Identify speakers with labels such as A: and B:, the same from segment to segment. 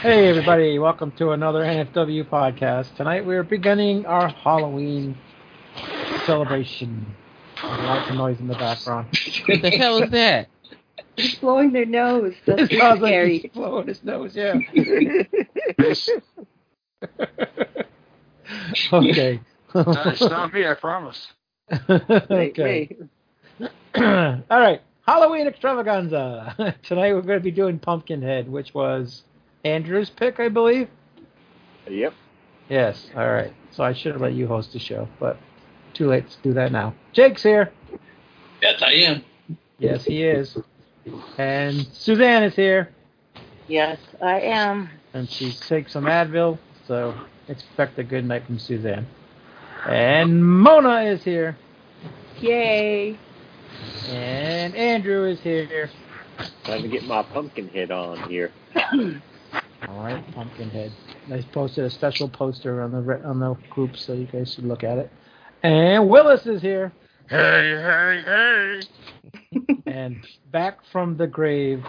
A: Hey, everybody, welcome to another NFW podcast. Tonight we are beginning our Halloween celebration. Lots of noise in the background.
B: What the hell is that?
C: He's blowing their nose. That's
A: It sounds like
C: scary.
A: he's blowing his nose, yeah. okay.
D: No, it's not me, I promise.
C: Wait,
A: okay.
C: wait.
A: All right. Halloween extravaganza. Tonight we're going to be doing Pumpkinhead, which was Andrew's pick, I believe.
E: Yep.
A: Yes. All right. So I should have let you host the show, but too late to do that now. Jake's here.
B: Yes, I am.
A: Yes, he is. And Suzanne is here,
C: Yes, I am.
A: and she takes some Advil, so expect a good night from Suzanne. And Mona is here,
C: Yay.
A: and Andrew is here.
E: Time to get my pumpkin head on here.
A: All right, Pumpkinhead. I posted a special poster on the re- on the group, so you guys should look at it. And Willis is here,
D: Hey, hey, hey.
A: and back from the grave,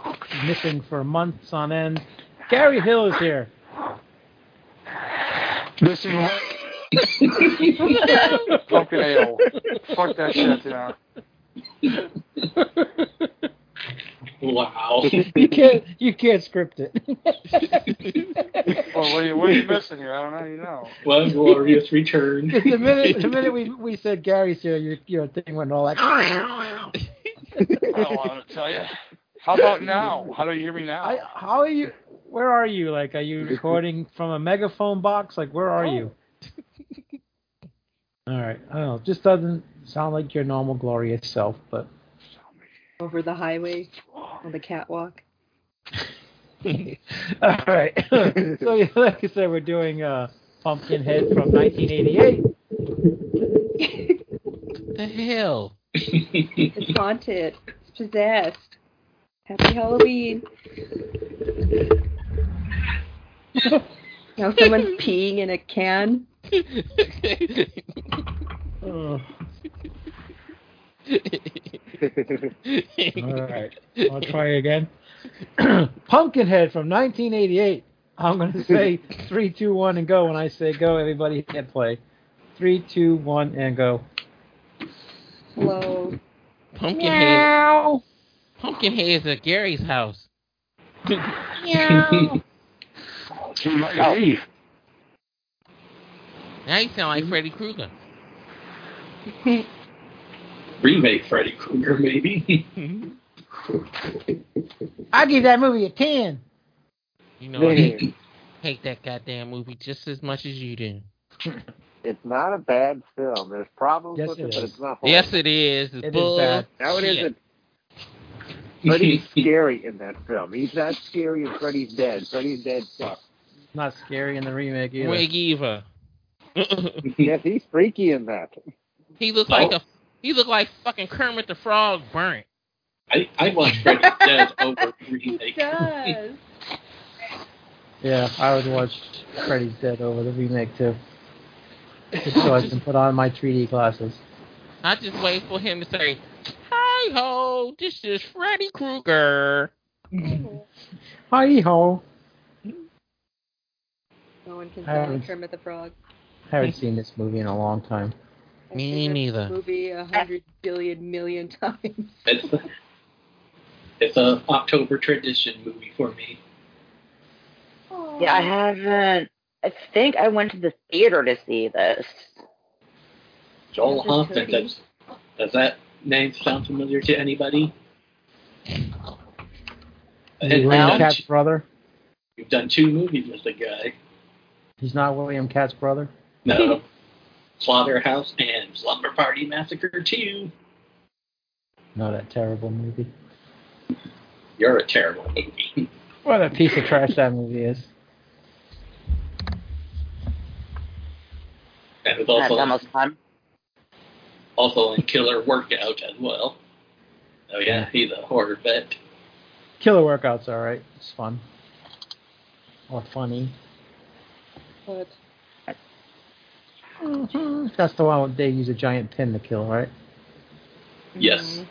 A: missing for months on end. Gary Hill is here.
D: This is what fucking ale. Fuck that shit, you know.
B: Wow.
A: you can't you can't script it.
D: Well, what, are you, what are you missing here? I don't know. You know.
B: Blood glorious return.
A: the minute the minute we we said Gary's here, your your thing went all like. I,
D: I don't want to tell you. How about now? How do you hear me now?
A: how are you? Where are you? Like, are you recording from a megaphone box? Like, where are you? All right, I don't know. It just doesn't sound like your normal glorious self, but
C: Over the highway on the catwalk.
A: All right. so yeah, like I said, we're doing uh, Pumpkinhead from 1988.
B: the hell?
C: It's haunted. It's possessed. Happy Halloween. now someone's peeing in a can.
A: Oh, all right, I'll try again. Pumpkinhead from 1988. I'm gonna say three, two, one, and go. When I say go, everybody hit play. Three, two, one, and go.
C: Hello.
B: Pumpkinhead. Pumpkinhead is at Gary's house. now
D: He might leave.
B: you sound like Freddy Krueger.
F: remake Freddy Krueger, maybe.
B: You
A: I give that movie a ten.
B: know, I hate that goddamn movie just as much as you do.
E: It's not a bad film. There's problems
A: Yes,
E: with
A: it
E: it, but
A: is.
E: it's not horrible.
B: Yes, it is.
A: It
B: It's
A: is
B: bull-
A: bad.
E: No, it
B: shit.
E: isn't. Freddy's scary in that film. He's not scary if Freddy's dead. Freddy's dead sucks.
A: Not scary in the remake either.
B: Wig Eva.
E: yes, he's freaky in that.
B: he looks like a he looked like fucking Kermit the Frog burnt.
F: I, I want Freddy dead over remake.
C: does.
A: Yeah, I would watch Freddy's Dead over the remake too, just so I can put on my 3D glasses.
B: I just wait for him to say, "Hi ho, this is Freddy Krueger."
A: Hi ho.
C: No one
A: I
C: can tell me
A: haven't-
C: Kermit the Frog.
A: Haven't seen this movie in a long time.
C: I've
B: Me
C: seen this
B: neither.
C: Movie a hundred billion million times.
F: It's a, it's a October tradition movie for me.
G: Yeah, I haven't. I think I went to the theater to see this.
F: Joel
C: Is it
F: Hoffman.
C: Cody?
F: Does, does that name sound familiar to anybody? And we've,
A: William
F: done,
A: Cat's brother?
F: we've done two movies with the guy.
A: He's not William Cat's brother.
F: No. Slaughterhouse and Slumber Party Massacre 2.
A: Not that terrible movie.
F: You're a terrible movie.
A: What a piece of trash that movie is.
F: And it's
G: That's
F: also
G: almost fun.
F: also in Killer Workout as well. Oh yeah, he's a horror vet.
A: Killer workouts, all right. It's fun. Or funny.
C: But
A: Mm-hmm. That's the one where they use a giant pin to kill, right?
G: Mm-hmm.
F: Yes.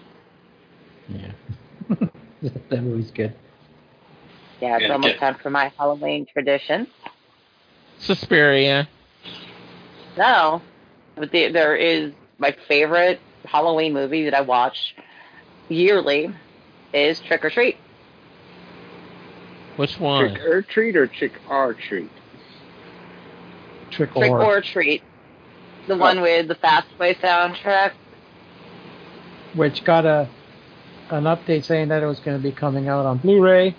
A: that movie's good.
G: Yeah, it's
F: Yeah,
G: almost
F: yeah.
G: time for my Halloween tradition.
B: Suspiria.
G: No, but the, there is my favorite Halloween movie that I watch yearly is Trick or Treat.
B: Which
E: Trick
B: one?
E: or treat or trick or treat?
A: Trick,
G: Trick
A: or,
G: or Treat, the one with the Fast Play soundtrack.
A: which got a an update saying that it was going to be coming out on Blu-ray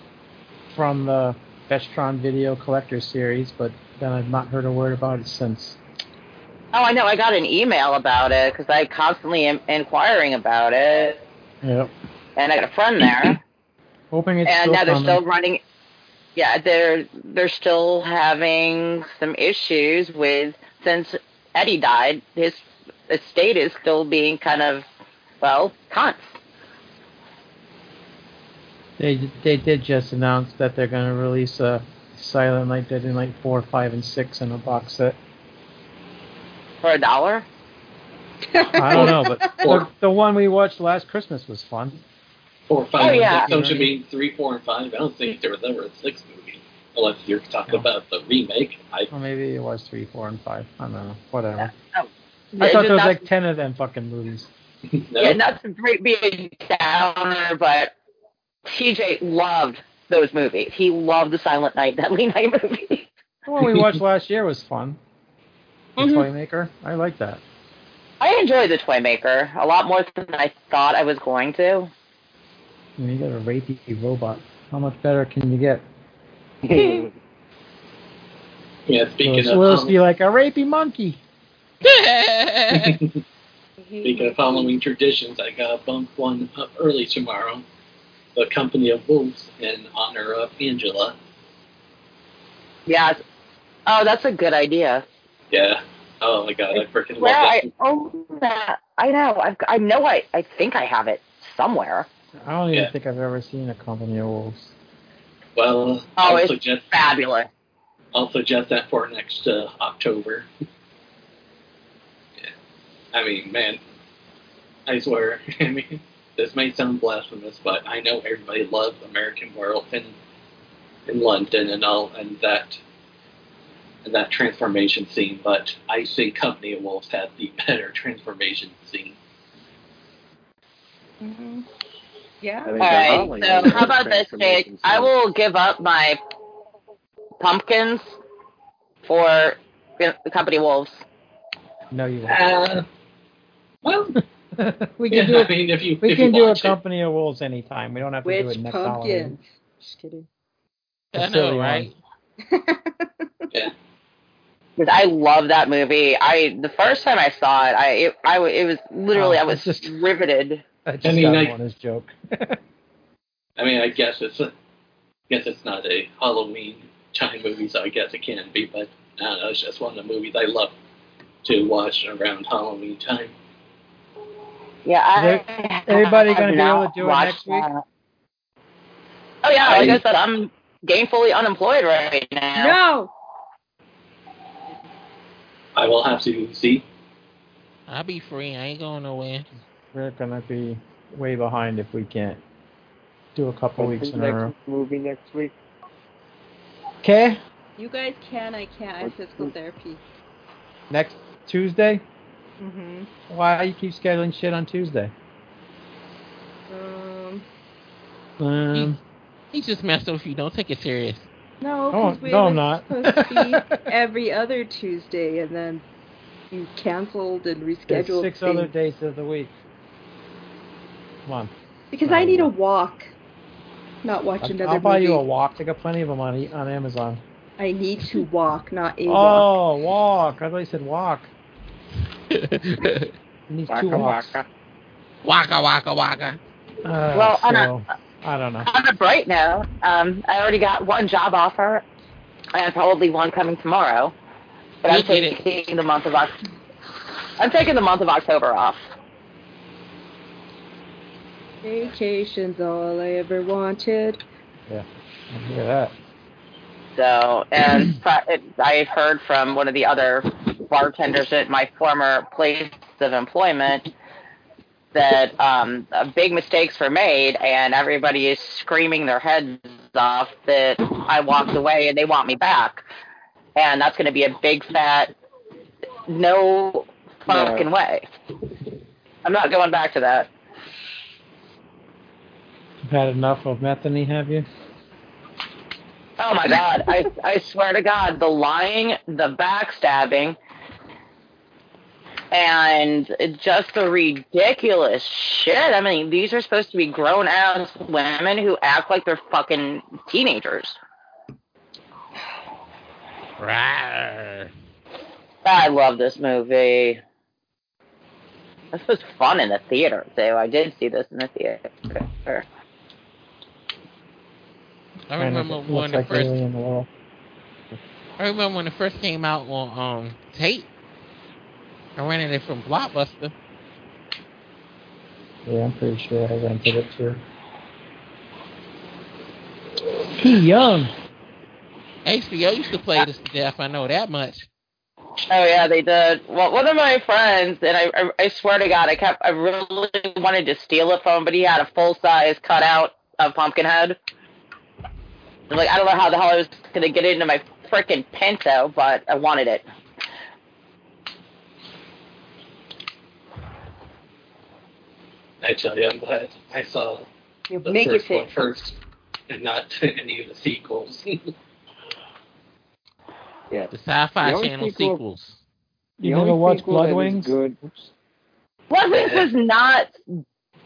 A: from the Bestron Video Collector Series, but then I've not heard a word about it since.
G: Oh, I know. I got an email about it because I constantly am inquiring about it,
A: Yep.
G: and I got a friend there.
A: Hoping it's
G: and
A: still
G: now they're
A: coming.
G: still running. Yeah, they're they're still having some issues with since Eddie died, his estate is still being kind of well cons.
A: They they did just announce that they're going to release a Silent Night, Deadly Night four, five, and six in a box set.
G: for a dollar.
A: I don't know, but the, the one we watched last Christmas was fun.
F: Four, five,
G: Oh, yeah.
F: and six. Don't you mean three, four, and five? I don't think there was ever a six movie. Unless you're talking
A: No.
F: about the remake. I
A: Or maybe it was three, four, and five. I don't know. Whatever. I
G: It
A: thought
G: did
A: there was
G: not-
A: like ten of them fucking movies.
F: no.
G: yeah, not to break- be a downer, but TJ loved those movies. He loved the Silent Night, Deadly Night movie.
A: The one we watched last year was fun. The
G: Mhm.
A: Toymaker. I like that.
G: I enjoyed the Toy Maker a lot more than I thought I was going to.
A: I mean, you got a rapey robot. How much better can you get?
F: yeah speaking
A: so
F: of
A: will
F: Halloween-
A: be like a rapey monkey.
F: Speaking of following traditions, I gotta bump one up early tomorrow. The Company of Wolves in honor of Angela.
G: Yes. Oh, that's a good idea.
F: Yeah. Oh my god, I freaking
G: Well,
F: love
G: I own that. I know. I've, I know. I I think I have it somewhere.
A: I don't even
F: Yeah.
A: think I've ever seen a company of wolves.
F: that. Well,
G: Oh,
F: I'll
G: it's
F: suggest
G: Fabulous.
F: I'll suggest that for next uh, October. Yeah. I mean, man, I swear. I mean, this may sound blasphemous, but I know everybody loves American Werewolf in in London and all, and that and that transformation scene. But I think Company of Wolves had the better transformation scene.
C: Mm-hmm. Yeah.
E: I think
G: All right.
E: Halloween
G: So
E: is
G: how about this, Jake?
E: transformation
G: I
E: scene.
G: will give up my pumpkins for the company wolves.
A: No, you won't.
F: Uh, well,
A: we
F: yeah,
A: can do
F: I mean, if you
A: we
F: if
A: can
F: you
A: do a
F: want to.
A: company of wolves anytime. We don't have to do it
C: Which
A: next Halloween.
C: pumpkin? Just kidding.
A: The
B: I
A: silly
B: know,
A: one.
B: right?
G: Because I love that movie. I the first time I saw it, I it, I w- it was literally
A: Oh,
G: I was
A: it's just-
G: riveted.
A: I just
F: I mean,
A: got
F: like-
A: one as joke.
F: I mean, I guess it's a, guess it's not a Halloween time movie, so I guess it can be. But I don't know. It's just one of the movies I love to watch around Halloween time.
G: Yeah.
A: Is
G: I,
A: anybody
G: have
A: gonna be able to
G: not
A: do it next
G: watched
A: week?
G: that. Oh yeah, like I said, I'm gainfully unemployed right now.
C: No.
F: I will have to see.
B: I'll be free. I ain't going nowhere.
A: We're gonna be way behind if we can't do a couple
E: What's
A: weeks
E: the
A: in a row.
E: next movie next week?
A: Okay,
C: You guys can. I can't. I have physical therapy.
A: next Tuesday.
C: hmm
A: Why you keep scheduling shit on Tuesday?
C: Um.
A: Um,
B: He's just messing with you. Don't take it serious.
A: no,
C: No, 'cause we
A: oh, no,
C: were
A: I'm not.
C: supposed to be every other Tuesday, and then you canceled and
A: There's
C: rescheduled.
A: six
C: things.
A: other days of the week. Come on,
C: Because I need a walk. Not watch
A: I'll,
C: another
A: I'll buy
C: movie.
A: you a walk. I got plenty of them on, E- on Amazon.
C: I need to walk, not a walk.
A: Oh, walk! I thought you said walk. You need
E: Waka
A: two walks.
E: waka.
B: waka waka waka.
A: Uh,
G: Well, on
A: so, I don't know.
G: on a bright note, um, I already got one job offer and probably one coming tomorrow. But I'm
B: You did it.
G: taking the month of Oc- I'm taking the month of October off.
A: Oh.
C: Vacation's all I ever wanted.
A: Look at that.
G: So, and pri- it, I had heard from one of the other bartenders at my former place of employment that um, uh, big mistakes were made, and everybody is screaming their heads off that I walked away and they want me back, and that's going to be a big fat no fucking way. I'm not going back to that.
A: You've had enough of Metheny, have you?
G: Oh my god! I I swear to God, the lying, the backstabbing, and just the ridiculous shit. I mean, these are supposed to be grown ass women who act like they're fucking teenagers.
B: Rawr.
G: I love this movie. This was fun in the theater, so I did see this in the theater.
B: I
A: Kind of
B: remember
A: looks
B: when the
A: like
B: first
A: Alien World.
B: I remember when it first came out on um, tape. I rented it from Blockbuster.
A: Yeah, I'm pretty sure I rented it too. He young.
B: HBO used to play this to death. I know that much.
G: Oh yeah, they did. Well, one of my friends, and I, I, I swear to God, I kept, I really wanted to steal it from him, but he had a full size cutout of Pumpkinhead. I'm Like I don't know how the hell I was gonna get it into my freaking Pinto, but I wanted it.
F: I tell you, I'm glad I saw
C: You
F: the
C: make it
F: first one
C: fit.
F: first and not any of the sequels.
B: The Sci-Fi
E: The only
B: Channel
E: sequel-
B: sequels.
A: You
E: The
A: never
E: only
A: watched
E: sequel
A: Blood
E: that is
A: Wings?
E: Good.
G: Well, this was not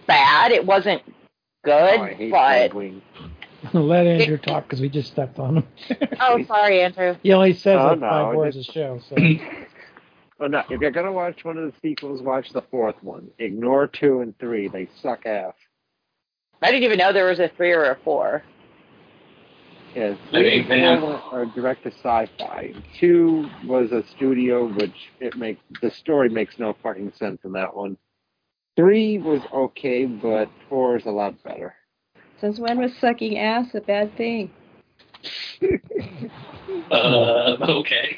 G: bad. It wasn't good,
E: Oh, I hate
G: but
E: Blood Wings.
A: Let Andrew talk because we just stepped on him.
G: oh, sorry, Andrew.
A: he only says
E: Oh,
A: like
E: no,
A: five words a
E: it's-
A: show. So
E: Well, Oh, no, if you're gonna watch one of the sequels, watch the fourth one. Ignore two and three; they suck ass.
G: I didn't even know there was a three or a four.
E: Yeah,
F: I
E: three
F: mean, man.
E: and four are direct to sci-fi. Two was a studio, which it makes the story makes no fucking sense in that one. Three was okay, but four is a lot better.
C: Since when was sucking ass a bad thing?
F: Uh, okay.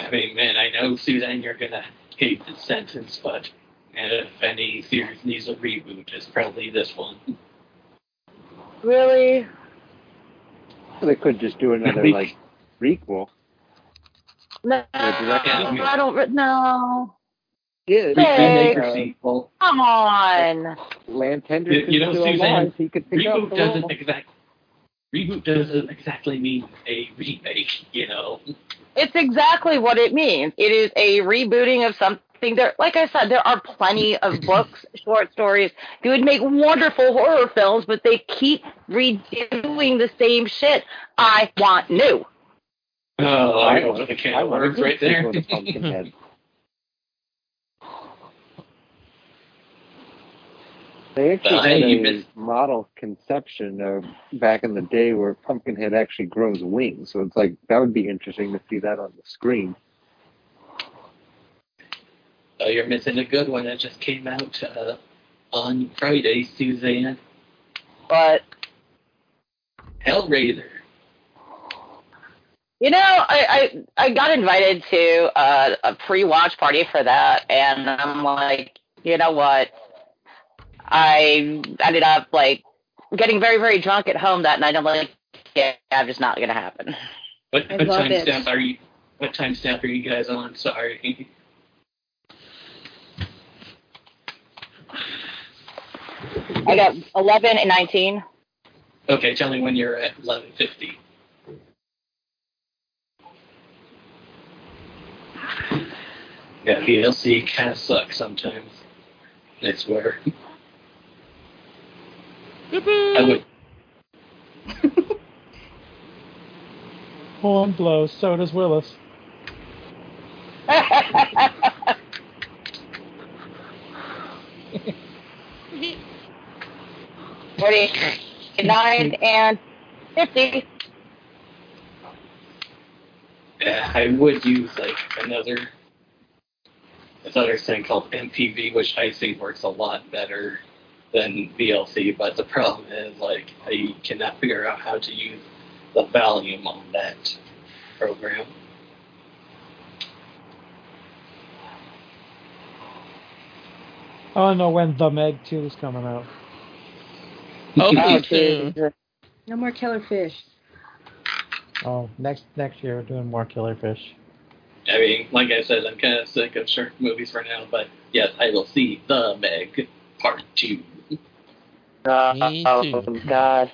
F: I mean, man, I know, Suzanne, you're going to hate this sentence, but if any series needs a reboot, it's probably this one.
G: Really?
E: So they could just do another like prequel.
G: No,
E: Yeah,
F: yeah.
G: I don't. re- No,
E: Yeah,
G: Hey.
F: Remake or
E: uh,
F: sequel.
G: come on.
E: Lance
F: You-
E: Henderson's
F: you know,
E: still
F: Suzanne,
E: alive. He could pick up
F: Reboot
E: the
F: doesn't
E: role.
F: exactly. Reboot doesn't exactly mean a remake, you know.
G: It's exactly what it means. It is a rebooting of something. There, like I said, there are plenty of books, short stories. You would make wonderful horror films, but they keep redoing the same shit. I want new.
F: Oh, I
E: want-
F: opened the can
E: I
F: of
E: want a
F: worms
E: good
F: right there.
E: sequel to Pumpkinhead. They actually
F: Well, hey,
E: had
F: you
E: a
F: missed-
E: model conception of back in the day where Pumpkinhead actually grows wings, so it's like that would be interesting to see that on the screen.
F: Oh, you're missing a good one that just came out uh, on Friday, Suzanne.
G: But
F: Hellraiser.
G: you know, I I, I got invited to uh, a pre-watch party for that, and I'm like, you know what? I ended up like getting very very drunk at home that night. I'm like, yeah, I'm just not gonna happen.
F: What,
C: I
F: what
C: love
F: time
C: it.
F: stamp are you? What time stamp are you guys on? Sorry.
G: I got 11 and 19.
F: Okay, tell me when you're at eleven fifty. Yeah, DLC kind of sucks sometimes. I swear. I would.
A: horn blows. So does Willis.
G: Forty-nine and 50.
F: Yeah, I would use like another this other thing called MPV, which I think works a lot better than VLC. But the problem is like I cannot figure out how to use the volume on that program.
A: I don't know when The Meg 2 is coming out.
B: Hopefully
G: Okay.
B: soon.
C: No more killer fish.
A: Oh, next next year we're doing more Killer Fish.
F: I mean, like I said, I'm kind of sick of shark movies for now, but yes, I will see The Meg Part 2.
B: Me
G: Oh,
B: too.
G: God.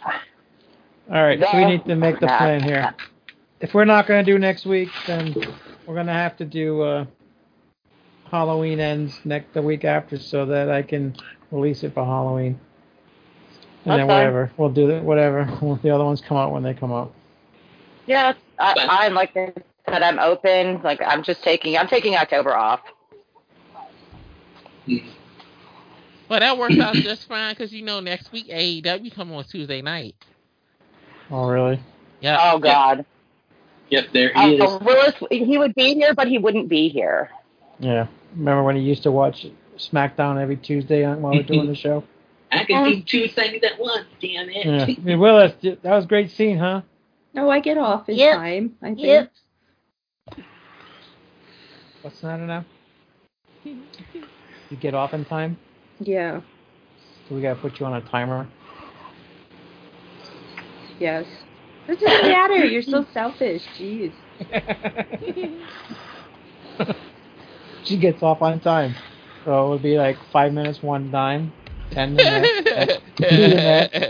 A: All right, so we need to make the
G: Nah.
A: plan here. If we're not going to do next week, then we're going to have to do uh, Halloween ends next the week after, so that I can release it for Halloween. And then
G: Okay.
A: whatever we'll do, that whatever the other ones come out when they come out.
G: Yeah, I, I'm like I said, I'm open. Like I'm just taking, I'm taking October off.
B: Well, that works out just fine because you know next week AEW come on Tuesday night.
A: Oh, really?
B: Yeah.
G: Oh God.
F: Yep, there is.
G: Oh, Willis, he would be here, but he wouldn't be here.
A: Yeah. Remember when you used to watch SmackDown every Tuesday on- while we're doing the show?
F: I can do two things at once, damn it.
A: Yeah. Hey, Willis, that was a great scene, huh?
C: No, Oh, I get off in
H: Yep.
C: time. I think.
H: Yep.
A: What's not enough? You get off in time,
C: Yeah.
A: so we gotta put you on a timer.
C: Yes. It doesn't matter. You're so selfish. Jeez.
A: she gets off on time. So it would be like five minutes, one dime, ten minutes. that's-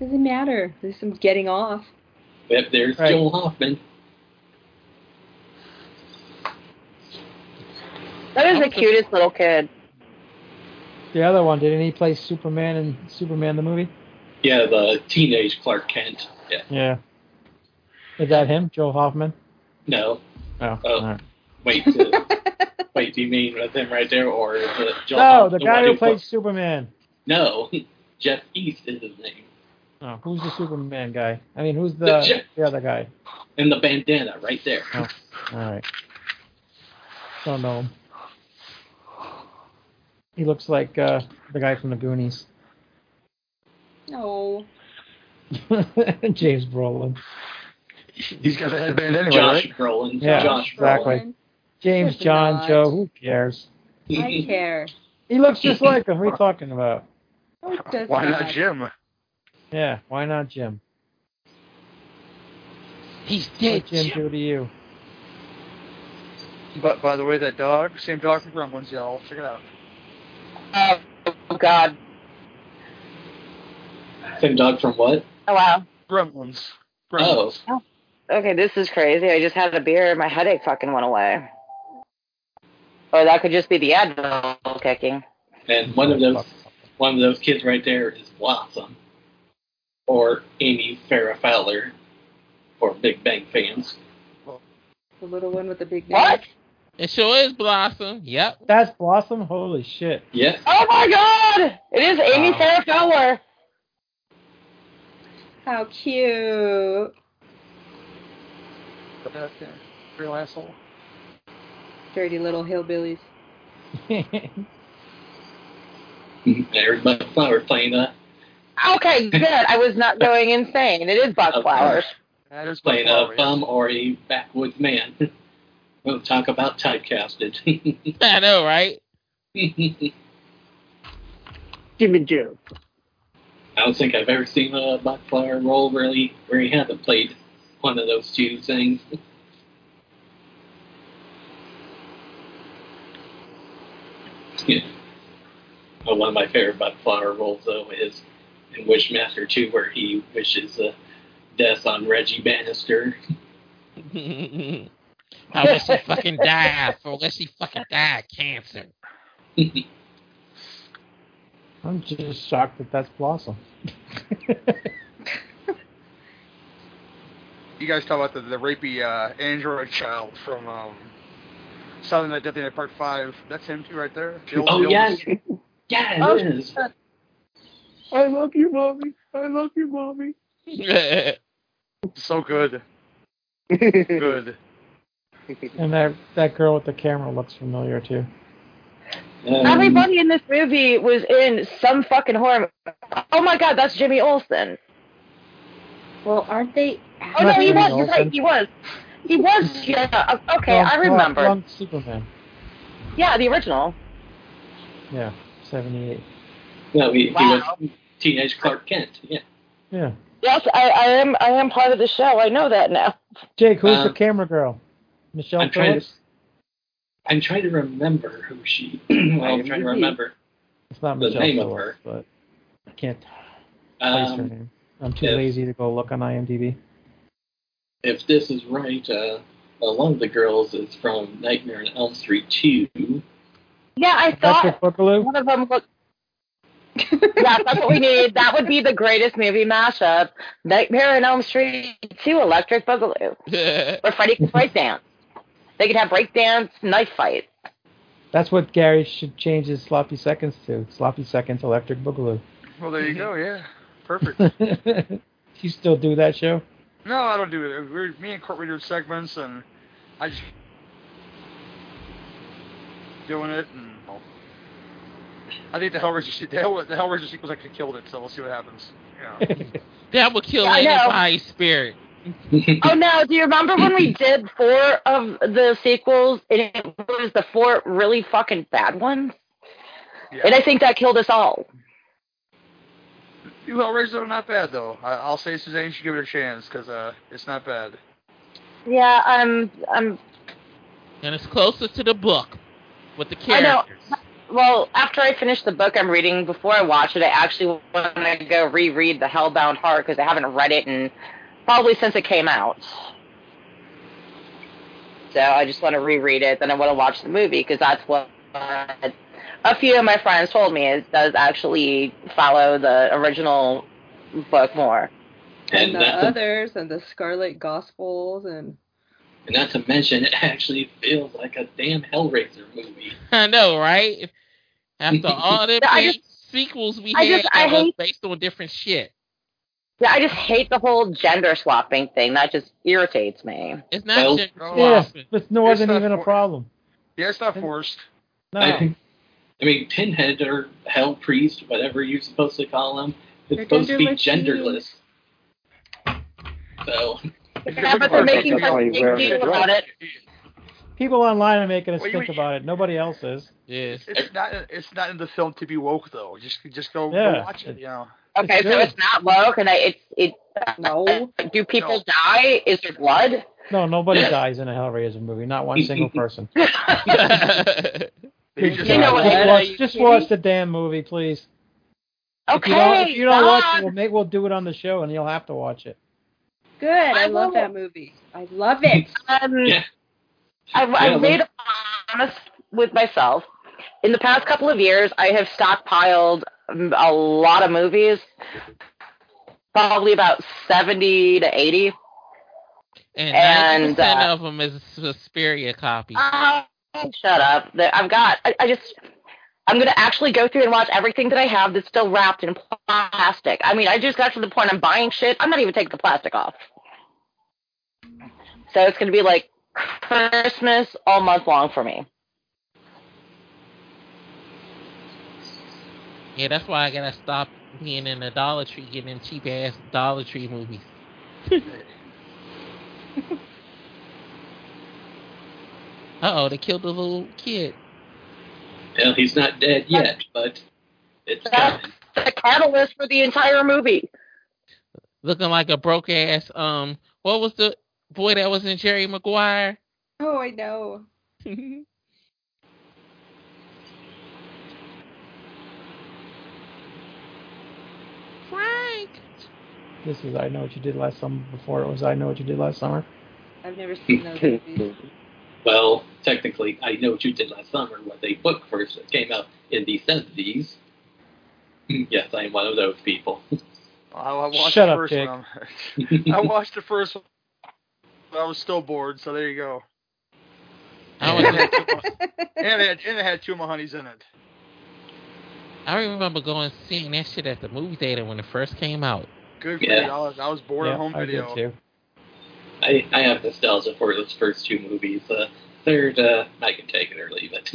C: Doesn't matter. There's some getting off.
F: Yep, there's
A: Right.
F: Joel Hoffman.
G: That is the cutest little kid.
A: the other one, didn't he play Superman in Superman the movie?
F: Yeah, the teenage Clark Kent. Yeah.
A: Yeah. Is that him, Joe Hoffman?
F: No,
A: Oh.
F: Oh.
A: alright.
F: wait. uh, wait, do you mean with him right there or the Joel
A: No,
F: Hoffman,
A: the guy
F: one
A: who plays Superman.
F: No, Jeff East is his name.
A: Oh, who's the Superman guy? I mean, who's
F: The
A: the
F: Jet.
A: the other guy?
F: And the bandana right there.
A: All right. Don't know him. He looks like uh, the guy from the Goonies,
C: No.
A: James Brolin.
D: He's got a headband anyway,
F: Josh
D: right?
F: Brolin.
A: Yeah,
F: Josh
A: exactly. James
C: Of course
A: John
C: not.
A: Joe. Who cares?
C: I
F: Brolin.
C: care.
A: He looks just like him. What are you talking about?
C: Oh, it does
D: Why not
C: not.
D: Jim?
A: Yeah, why not Jim?
B: He's dead,
A: What Jim
B: Jim.
A: do to you?
D: But by the way, that dog, same dog from Gremlins, y'all. Check it out.
G: Oh God.
F: Same dog from what?
G: Oh wow.
D: Gremlins.
F: Oh,
D: Gremlins.
G: Okay, this is crazy. I just had a beer and my headache fucking went away. Or that could just be the Advil kicking.
F: and one of those one of those kids right there is Blossom. Or Amy Farrah Fowler. Or Big Bang fans.
C: The little one with the big nose.
G: What?
B: It sure is Blossom. Yep.
A: That's Blossom. Holy shit!
F: Yes.
G: Oh my God! It is Amy
A: Wow.
G: Sarah Fowler.
C: How cute.
D: That uh, real asshole.
C: Dirty little hillbillies.
F: There's my flower Mm-hmm. playing uh
G: Okay, good. I was not going insane. It is Buck
F: Of
G: Flowers.
D: That is
F: playing
D: Buck
F: a
D: Flowers.
F: bum or a backwoods man. we'll talk about typecasted.
B: I know, right?
F: I
E: Jimmy Joe.
F: don't think I've ever seen a Buckflower role really where he hasn't played one of those two things. Yeah. Well, one of my favorite Buckflower roles though is in Wishmaster 2 where he wishes uh, death on Reggie Bannister.
B: I wish she fucking died. For wish she fucking died of cancer.
A: I'm just shocked that that's Blossom.
D: You guys talk about the, the rapey uh, android child from um, Silent Night, Deathly Night Part 5. That's him, too, right there. The old-
F: oh
D: the old-
F: yeah, yeah it
D: Oh,
F: is.
E: I love you, mommy. I love you, mommy.
D: So good. Good.
A: and that that girl with the camera looks familiar too.
F: Um,
G: Oh, Everybody in this movie was in some fucking horror. mo- Oh my God, that's Jimmy Olsen.
C: Well, aren't they?
G: Oh no, he
A: Jimmy
G: was. You're right,
A: Olsen.
G: he was. He was, yeah. o- Okay, I
A: Wrong- wrong-
G: remember.
A: wrong Superman.
G: Yeah, the original.
A: Yeah, seventy-eight.
F: No, he,
G: Wow.
F: he was teenage Clark Kent. Yeah.
A: Yeah.
G: Yes, I, I am. I am part of the show. I know that now.
A: Jake, who's the
F: Um,
A: camera girl? Michelle
F: I'm trying
A: Phillips.
F: to. I'm trying to remember who she. well, I'm trying to remember.
A: It's not
F: the
A: Michelle
F: name of
A: Phillips, but I can't place her
F: Um,
A: name. I'm too
F: yes.
A: lazy to go look on IMDb.
F: if this is right, uh, uh, one of the girls is from Nightmare on Elm Street 2.
G: Yeah, I
A: Dr.
G: thought
A: Boogaloo.
G: one of them looked. yes, that's what we need. That would be the greatest movie mashup: Nightmare on Elm Street 2, Electric Boogaloo, or Freddy can breakdance. They could have breakdance, knife fight.
A: That's what Gary should change his sloppy seconds to. Sloppy seconds, Electric Boogaloo.
D: Well, there you go. Yeah, perfect.
A: you still do that show?
D: No, I don't do it. We're, me and Court we do segments, and I just doing it. And well, I think the Hellraiser se- the, Hell, the Hellraiser sequel's actually killed it. So we'll see what happens. Yeah.
B: that would kill
G: Yeah, I know.
B: anybody's spirit.
G: Oh no! Do you remember when we did four of the sequels, and it was the four really fucking bad ones? And
D: yeah.
G: I think that killed us all.
D: New Hellraisers are not bad though. I, I'll say Suzanne should give it a chance because uh, it's not bad.
G: Yeah, um, I'm. I'm.
B: And it's closer to the book with the
G: I know.
B: characters.
G: Well, after I finish the book I'm reading, before I watch it, I actually want to go reread *The Hellbound Heart* because I haven't read it in probably since it came out. So I just want to reread it, then I want to watch the movie because that's what uh, a few of my friends told me. It does actually follow the original book more.
F: And
C: and the
F: that's a
C: others and the Scarlet Gospels and
F: And not to mention, it actually feels like a damn Hellraiser movie.
B: I know, right? After all the
G: Yeah, I just-
B: sequels we
G: I
B: had
G: just- I
B: that was
G: hate-
B: based on different shit.
G: Yeah, I just hate the whole gender swapping thing. That just irritates me.
B: It's not
F: Well-
B: gender
D: Oh, wow.
A: Yeah,
B: swapping.
A: but no, wasn't
D: It's not
A: even a
D: for-
A: problem.
D: Yeah, it's not forced.
A: No,
F: I, I mean, Pinhead or Hell Priest, whatever you're supposed to call him, is
C: They're
F: supposed to be
C: genderless
F: genderless. So,
G: Yeah, but they're making such a big deal about it.
A: people online are making us
D: Well, you-
A: think about it. Nobody else is.
B: Yes.
D: It's not. It's not in the film to be woke though. Just just go, go
A: Yeah.
D: watch it. You know.
G: Okay,
A: It's
G: so
A: good.
G: it's not woke, and I, it's it.
C: no.
G: Do people
D: No.
G: die? Is there blood?
A: No, nobody dies in a Hellraiser movie. Not one single person.
D: They
A: Just,
D: just-
G: You know what?
A: just
G: Are
A: watch,
G: you
A: just
G: kidding?
A: watch the damn movie, please. If you don't,
G: Okay,
A: if you don't watch it,
G: God.
A: we'll, make, we'll do it on the show, and you'll have to watch it.
C: Good. I,
G: I
C: love
G: will-
C: that movie. I love it.
G: Um,
F: Yeah.
G: I, I
F: Yeah,
G: made a promise with myself. In the past couple of years, I have stockpiled um, a lot of movies, probably about seventy to eighty.
B: and 90%
G: And, uh,
B: of them is Suspiria copies.
G: Oh, shut up. The- I've got, I, I just, I'm going to actually go through and watch everything that I have that's still wrapped in plastic. I mean, I just got to the point I'm buying shit. I'm not even taking the plastic off. So it's going to be like Christmas all month long for me.
B: Yeah, that's why I gotta stop being in the Dollar Tree, getting them cheap ass Dollar Tree movies. uh oh, they killed the little kid.
F: well, he's not dead yet, but it's
G: That's
F: coming.
G: the catalyst for the entire movie.
B: Looking like a broke ass, um, what was the boy that was in Jerry Maguire?
C: Oh, I know.
B: Frank!
A: This is I Know What You Did Last Summer before it was I Know What You Did Last Summer.
C: I've never seen those movies.
F: Well, technically, I know what you did last summer was a book first that came out in the 70s.
A: Mm-hmm.
F: yes, I am one of those people.
D: I, "Oh, I watched
A: Shut
D: the
A: up,
D: first
A: Jake.
D: one. I watched the first one. but I was still bored, so there you go.
B: I, was,
D: And it had, and it had two Mahoney's in it.
B: I remember going seeing that shit at the movie theater when it first came out.
D: Good for
F: Yeah.
D: me. I was, I was bored
A: yeah,
D: at home
A: I did
D: video.
A: too.
F: I, I have nostalgia for those first two movies. The third, uh, I can take it or leave it.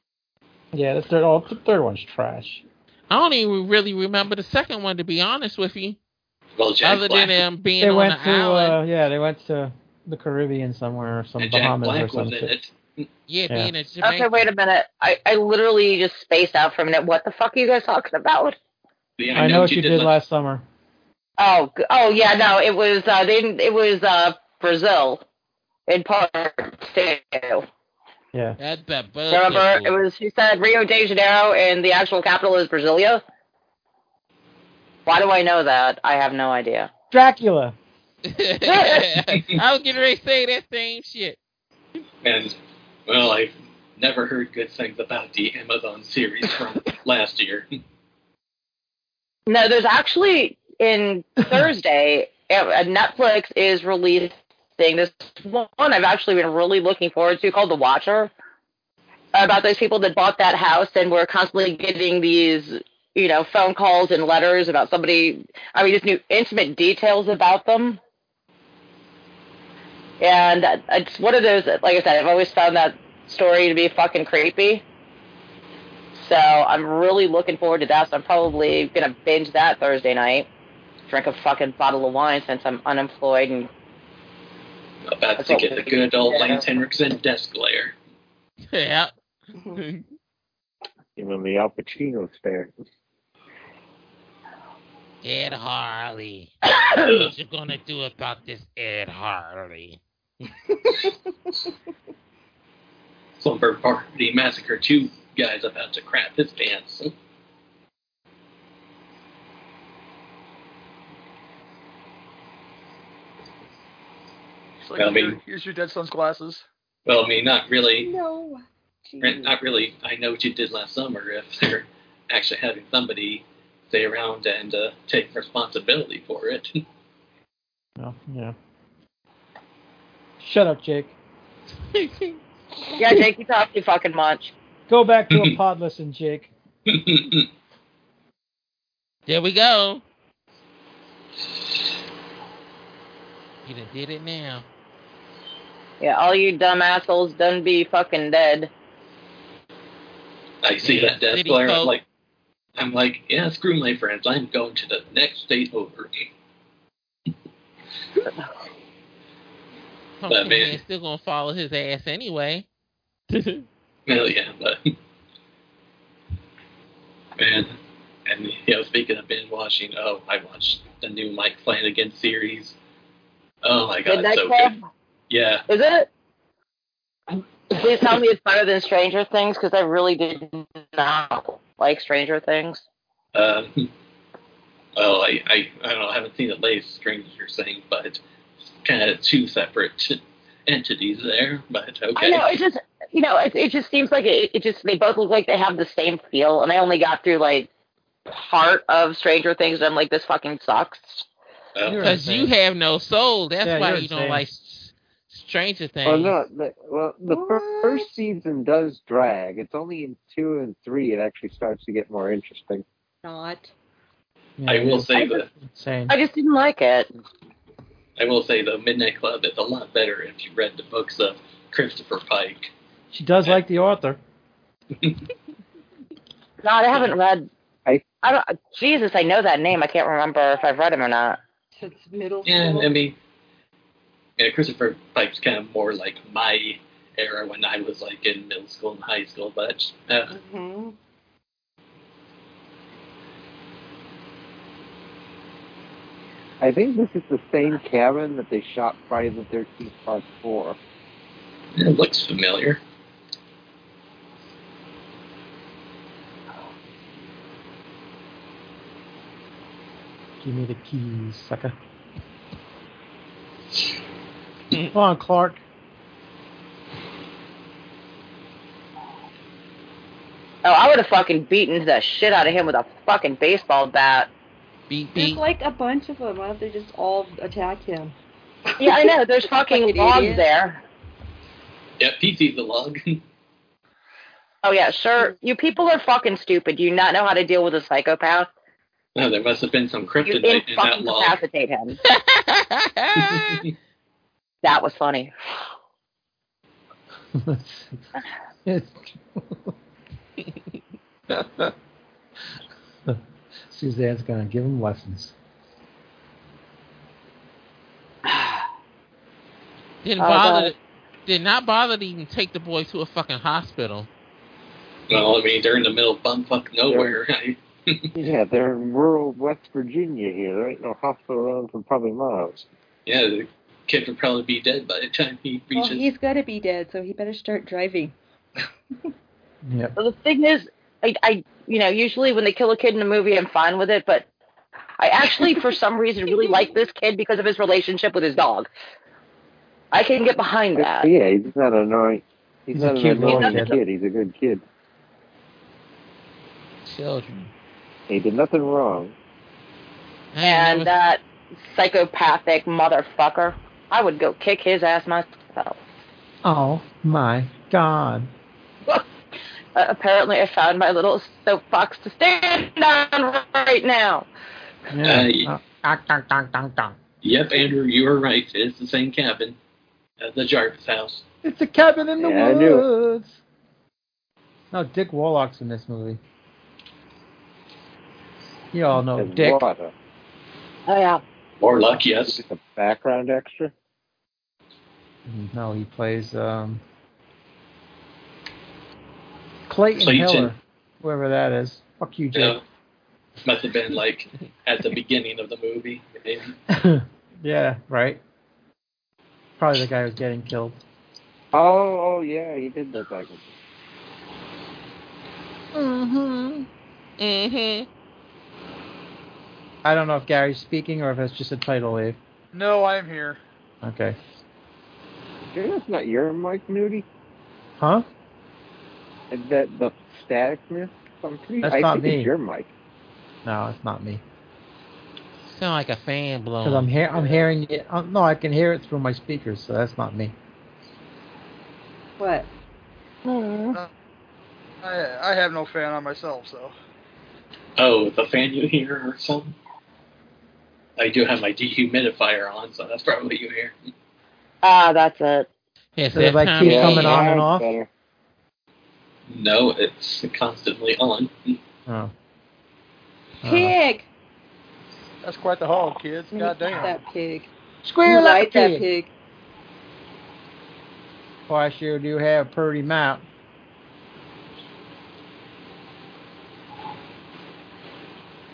A: Yeah, the third, oh, the third one's trash.
B: I don't even really remember the second one, to be honest with you.
F: Well, Jack
B: other
F: Black.
B: than them being
A: They
B: on
A: went
B: the
A: to
B: island.
A: uh, yeah, they went to the Caribbean somewhere or some
F: and Jack
A: Bahamas or
F: Black was in
A: something.
F: it.
B: Yeah,
A: Yeah.
B: being a Jamaican.
G: Okay, wait a minute. I, I literally just spaced out for a minute. What the fuck are you guys talking about?
F: The
A: I know what you did last summer.
G: Oh, g- oh yeah, no, it was uh, they didn't, it was uh, Brazil in part two.
A: Yeah.
B: That's that butterfly
G: Remember, it
B: food.
G: was she said Rio de Janeiro and the actual capital is Brasilia. Why do I know that? I have no idea.
A: Dracula.
B: I was getting ready to say that same shit.
F: And well, I've never heard good things about the Amazon series from last year.
G: No, there's actually in Thursday, uh, Netflix is releasing this one I've actually been really looking forward to called The Watcher about those people that bought that house and were constantly getting these, you know, phone calls and letters about somebody. I mean, just new intimate details about them. And uh, it's one of those, like I said, I've always found that story to be fucking creepy. So I'm really looking forward to that. So I'm probably gonna binge that Thursday night. Drink a fucking bottle of wine since I'm unemployed and
F: About to get the good old Lance Henriksen desk layer.
B: Yeah.
E: Even the Al Pacino's there.
B: Ed Harley. what you gonna do about this Ed Harley?
F: Slumber Party Massacre 2 guy's about to crap his pants.
D: It's like,
F: I mean-
D: here- here's your dead son's glasses.
F: Well, I mean, not really.
C: No. Jeez.
F: Not really. I know what you did last summer if they're actually having somebody stay around and uh, take responsibility for it.
A: Oh, yeah. Shut up, Jake.
G: yeah, Jake, you talk too fucking much.
A: Go back to a pod listen, Jake.
B: There we go. You done did it now.
G: Yeah, all you dumb assholes done be fucking dead.
F: I see
B: Yeah,
F: that desk
B: city
F: glare. I'm
B: folk.
F: like, I'm like, yeah, screw my friends. I'm going to the next state over.
B: Pumpkin
F: man.
B: Head's still gonna follow his ass anyway.
F: Well, yeah, but man, and you know, speaking of binge watching, oh, I watched the new Mike Flanagan series. Oh my god,
G: Midnight
F: so
G: Club?
F: good. Yeah,
G: Is it? Please tell me it's better than Stranger Things because I really did not like Stranger Things.
F: um, well, I, I, I don't know, I haven't seen the latest Stranger Things, but it's kind of two separate entities there. But okay,
G: I know it just you know it, it just seems like it, it just they both look like they have the same feel, and I only got through like part of Stranger Things, and I'm like this fucking sucks.
F: Well,
A: You're
B: Because you have no soul. That's
A: Yeah,
B: why
A: you're
B: you don't
A: insane.
B: like s- Stranger Things.
E: Well, Oh, no, the, well, the fir-
C: What?
E: first season does drag. It's only in two and three it actually starts to get more interesting.
C: Not.
A: Yeah,
F: I will
A: it's
F: say that
A: Insane.
G: I just didn't like it.
F: I will say the Midnight Club is a lot better if you read the books of Christopher Pike.
A: She does like the author.
G: No, I haven't read.
E: I-
G: I don't. Jesus, I know that name. I can't remember if I've read him or not.
C: Since middle school.
F: Yeah, I mean, yeah, Christopher Pike's kind of more like my era when I was like in middle school and high school, but uh,
C: Mhm.
E: I think this is the same cabin that they shot Friday the 13th Part 4.
F: it looks familiar.
A: Give me the keys, sucker. Come on, Clark.
G: Oh, I would have fucking beaten the shit out of him with a fucking baseball bat.
B: Beep
C: There's
B: beep.
C: like a bunch of them. Why don't they just all attack him?
G: Yeah, I know. There's fucking
C: Fucking
G: logs
C: idiot.
G: there.
F: Yeah, PC's a log.
G: Oh yeah, sure. You people are fucking stupid. Do you not know how to deal with a psychopath?
F: oh, there must have been some
G: You
F: kryptonite in that log.
G: incapacitate him. That was funny.
A: Suzanne's gonna give him lessons.
B: Didn't
G: Oh,
B: bother.
G: God.
B: To, did not bother to even take the boy to a fucking hospital.
F: Well, I mean, they're in the middle of bumfuck nowhere.
E: Yeah, they're in rural West Virginia here. There ain't no hospital around for probably miles.
F: yeah, the kid would probably be dead by the time he
C: Well,
F: reaches.
C: he's got to be dead, so he better start driving.
A: Yep.
G: Well, the thing is, I, I, you know, usually when they kill a kid in a movie, I'm fine with it, but I actually, for some reason, really like this kid because of his relationship with his dog. I can get behind that.
E: yeah, he's not annoying. He's,
A: He's a
E: not
A: cute
E: an annoying
A: little
E: kid. He's a good kid.
B: Children.
E: He did nothing wrong.
B: I ain't
G: And
B: never-
G: that psychopathic motherfucker, I would go kick his ass myself.
A: Oh my god.
G: Uh, apparently, I found my little soapbox to stand on right now.
F: Yeah.
A: Uh, Donk, donk, donk, donk, donk.
F: Yep, Andrew, you were right. It's the same cabin at the Jarvis house.
A: It's a cabin in the
E: Yeah, I knew it.
A: woods. No, Dick Warlock's in this movie. You all know
E: As
A: Dick.
E: what, a-
G: Oh, yeah.
F: Or luck, yes.
E: Just a background extra.
A: No, he plays um, Clayton,
F: Clayton.
A: Heller, whoever that is. Fuck you,
F: You know,
A: Jake.
F: Uh, must have been like at the beginning of the movie. maybe.
A: Yeah, right. Probably the guy who's getting killed.
E: Oh, oh yeah, he did that back.
B: Mhm.
A: I don't know if Gary's speaking or if it's just a title wave.
D: No, I'm here.
A: Okay.
E: Sure, that's not your Mike Nudie.
A: Huh?
E: That the staticness. I'm pretty.
A: That's
E: I
A: not
E: think
A: me.
E: it's your mic.
A: No, it's not me.
B: Sound like a fan blowing.
A: Because
D: Oh,
A: I'm hear I'm hearing it. Uh, no, I can hear it through my speakers, so that's not me.
C: What?
D: I, I have no fan on myself, so.
F: Oh, the fan you hear or something? I do have my dehumidifier on, so that's probably what you hear.
G: Ah, that's it.
B: Yes,
A: So if I
B: that time
A: keep
B: of
A: coming
B: year.
A: on and
E: that's
A: off?
E: Better.
F: No, it's constantly on.
A: Oh.
G: Uh-huh.
A: Uh,
C: Pig!
D: That's quite the haul, kids.
G: Mm-hmm.
D: God damn.
C: That pig.
A: squeal
C: you
A: like
C: like
A: a
C: that
A: pig.
C: pig.
A: Why sure do have a pretty mouth.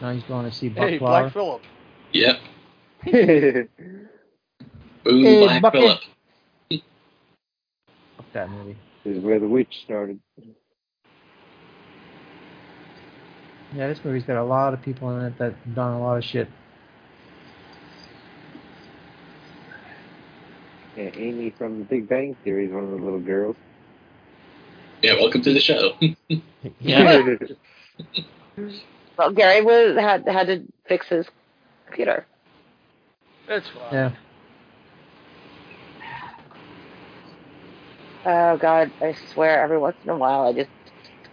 A: Now he's going to see Buck
D: Hey,
A: Flower.
D: Black Phillip.
F: Yep.
E: Is
F: Boom,
A: Hey,
F: Black
A: Bucket.
F: Phillip.
A: Fuck that movie.
E: where the witch started.
A: Yeah, this movie's got a lot of people in it that have done a lot of shit.
E: Yeah, Amy from The Big Bang Theory is one of the little girls.
F: Yeah, welcome to the show.
B: Yeah.
G: Well, Gary was had had to fix his computer.
D: It's fine.
A: Yeah.
G: Oh God, I swear every once in a while I just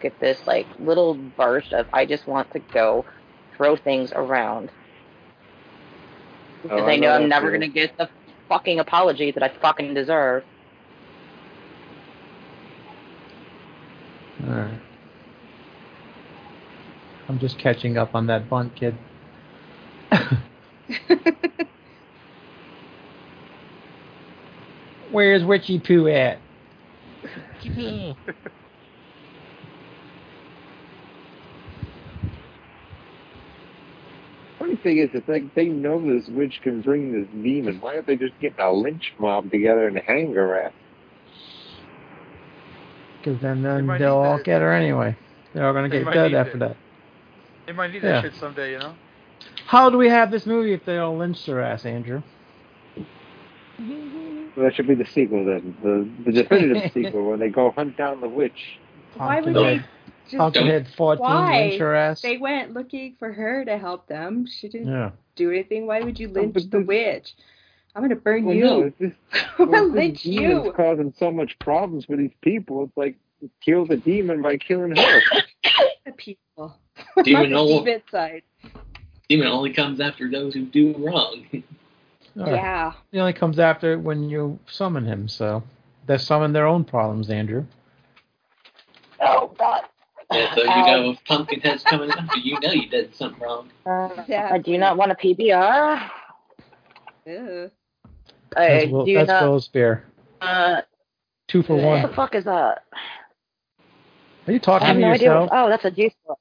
G: get this like little burst of I just want to go throw things around because
E: Oh,
G: I know I'm
E: that
G: never
E: feeling.
G: gonna get the fucking apology that I fucking deserve.
A: All right. I'm just catching up on that bunt, kid. Where's Witchy Poo at?
E: Funny thing is, it's like they know this witch can bring this demon. Why aren't they just getting a lynch mob together and hang her ass?
A: Because then,
D: They
A: then
D: might
A: they'll
D: need
A: all
D: to-
A: get her anyway. They're all going
D: They
A: to get
D: might
A: dead
D: need
A: after
D: to-
A: that.
D: They might need
A: Yeah.
D: that shit someday, you know?
A: How do we have this movie if they all lynch their ass, Andrew?
E: Well, that should be the sequel then. The, the definitive sequel when they go hunt down the witch.
C: Why would
A: Pumpkin-
C: they
F: Don't-
C: just.
A: Pumpkinhead 14
C: Why?
A: lynch her ass?
C: They went looking for her to help them. She didn't
A: Yeah.
C: do anything. Why would you lynch
E: but
C: the
E: this-
C: witch? I'm going to burn
E: Well,
C: you.
E: no, it's just-
C: I'm
E: well,
C: going to lynch
E: it's this demon's
C: you.
E: causing so much problems for these people. It's like kill the demon by killing her.
C: The people.
F: Demon
C: Not
F: all-
C: the demon side.
F: Demon only comes after those who do wrong.
A: All right.
C: Yeah.
A: He only comes after when you summon him, so they summon their own problems, Andrew.
G: Oh God.
F: Yeah, so you know if Pumpkinhead's coming after you, know you did something wrong.
G: Uh, I
C: Exactly.
G: do not want a PBR.
C: Ugh.
G: I
A: That's, Will,
G: do
A: that's
G: not.
A: Will's beer.
G: Uh,
A: Two for
G: what the
A: one.
G: fuck is that?
A: Are you
G: I
A: talking
G: have
A: to
G: no idea.
A: yourself?
G: What, oh, that's a juice box.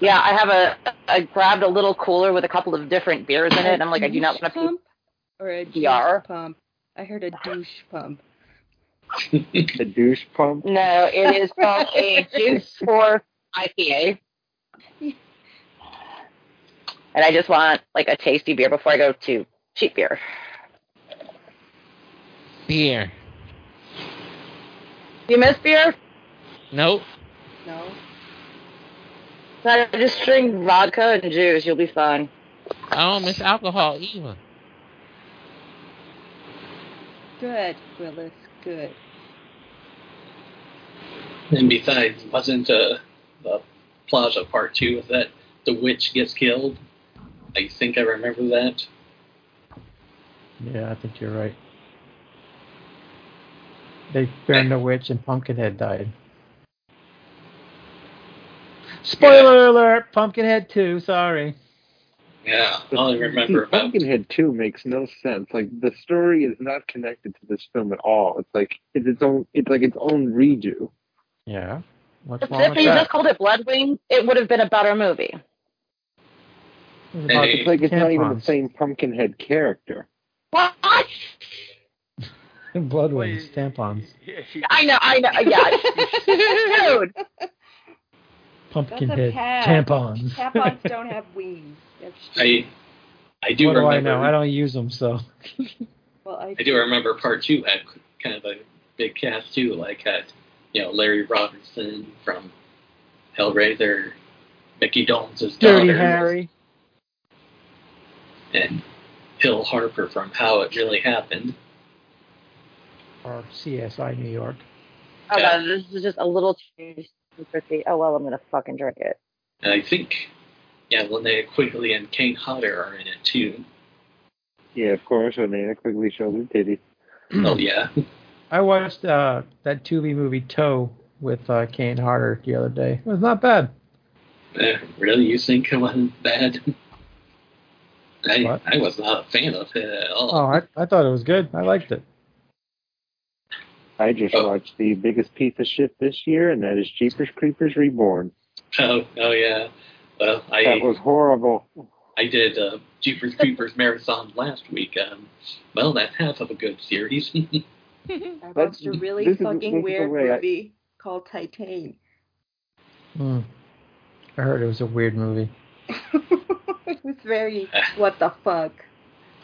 G: Yeah, I have a. I grabbed a little cooler with a couple of different beers in it. and I'm like, I do not
C: douche
G: want to.
C: pump or a juice
G: PR.
C: pump. I heard a douche pump.
E: The douche pump.
G: No, it is called a juice for IPA. And I just want like a tasty beer before I go to cheap beer.
B: Beer.
G: You miss beer?
B: Nope.
C: No.
G: No, Just drink vodka and juice. You'll be fine.
B: I don't miss alcohol either.
C: Good, Willis. Good.
F: And besides, wasn't uh, the Plaza Part Two with that the witch gets killed? I think I remember that.
A: Yeah, I think you're right. They burned the witch and Pumpkinhead died. Spoiler alert! Pumpkinhead 2, sorry.
F: Yeah, all I remember about
E: Pumpkinhead Two makes no sense. Like the story is not connected to this film at all. It's like it's its own. It's like its own redo.
A: Yeah. What's
G: If
A: wrong with
G: Disney
A: that?
G: just called it Bloodwing, it would have been a better movie.
A: It was about
E: It's like it's not even the
A: Tampons.
E: same Pumpkinhead character.
G: What?
A: the blood wings, tampons,
D: Yeah, he-
G: I know, I know. Yeah. Dude.
A: pumpkin
C: That's a
A: head,
C: pad.
A: tampons.
C: Tampons don't have wings. That's
F: I.
C: true.
F: I do
A: what do I know?
F: remember.
A: I don't use them, so.
C: well, I,
F: I do remember part two had kind of a big cast too, like had you know Larry Robertson from Hellraiser, Mickey Dolenz'
A: Dirty
F: daughter,
A: Harry.
F: and Hill Harper from How It Really Happened.
A: Or CSI New York.
G: Oh god, this is just a little too tricky. Oh well, I'm gonna fucking drink it.
F: And I think yeah, Linnea Quigley and Kane Hodder are in it too.
E: Yeah, of course. When Anna quickly shows her titty.
A: Hmm.
F: oh yeah,
A: I watched uh, that Tubi movie Toe with uh, Kane Harder the other day. It was not bad.
F: Eh, really? You think it wasn't bad? I
A: What?
F: I was not a fan of it at all.
A: Oh, I, I thought it was good. I liked it.
E: I just
F: Oh.
E: watched the biggest piece of shit this year, and that is Jeepers Creepers Reborn.
F: Oh, oh yeah. Well, I
E: That was horrible.
F: I did uh, Jeepers Creepers marathon last week. Um, well, that's half of a good series.
C: I
E: That's-
C: watched a really
E: this is-
C: fucking
E: this is the
C: weird
E: way I-
C: movie called Titan.
A: Hmm. I heard it was a weird movie.
C: it was very what the fuck.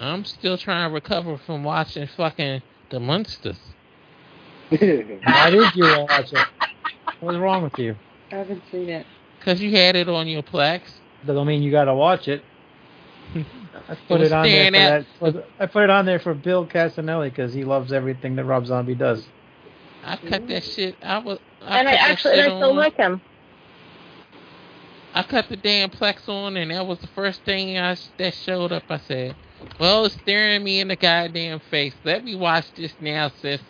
B: I'm still trying to recover from watching fucking The Munsters.
A: Why did you watch it? What's wrong with you?
C: I haven't seen it.
B: Because you had it on your Plex.
A: Doesn't mean you got to watch it. I put it
B: was
A: on there for
B: staring at-
A: that. was- I put it on there for Bill Castanelli because he loves everything that Rob Zombie does.
B: I cut that shit. I was. I
G: Mm-hmm. and I
B: cut that
G: actually,
B: shit
G: and I still
B: on-
G: like him.
B: I cut the damn Plex on, and that was the first thing I, that showed up. I said, "Well, it's staring me in the goddamn face. Let me watch this now, sis.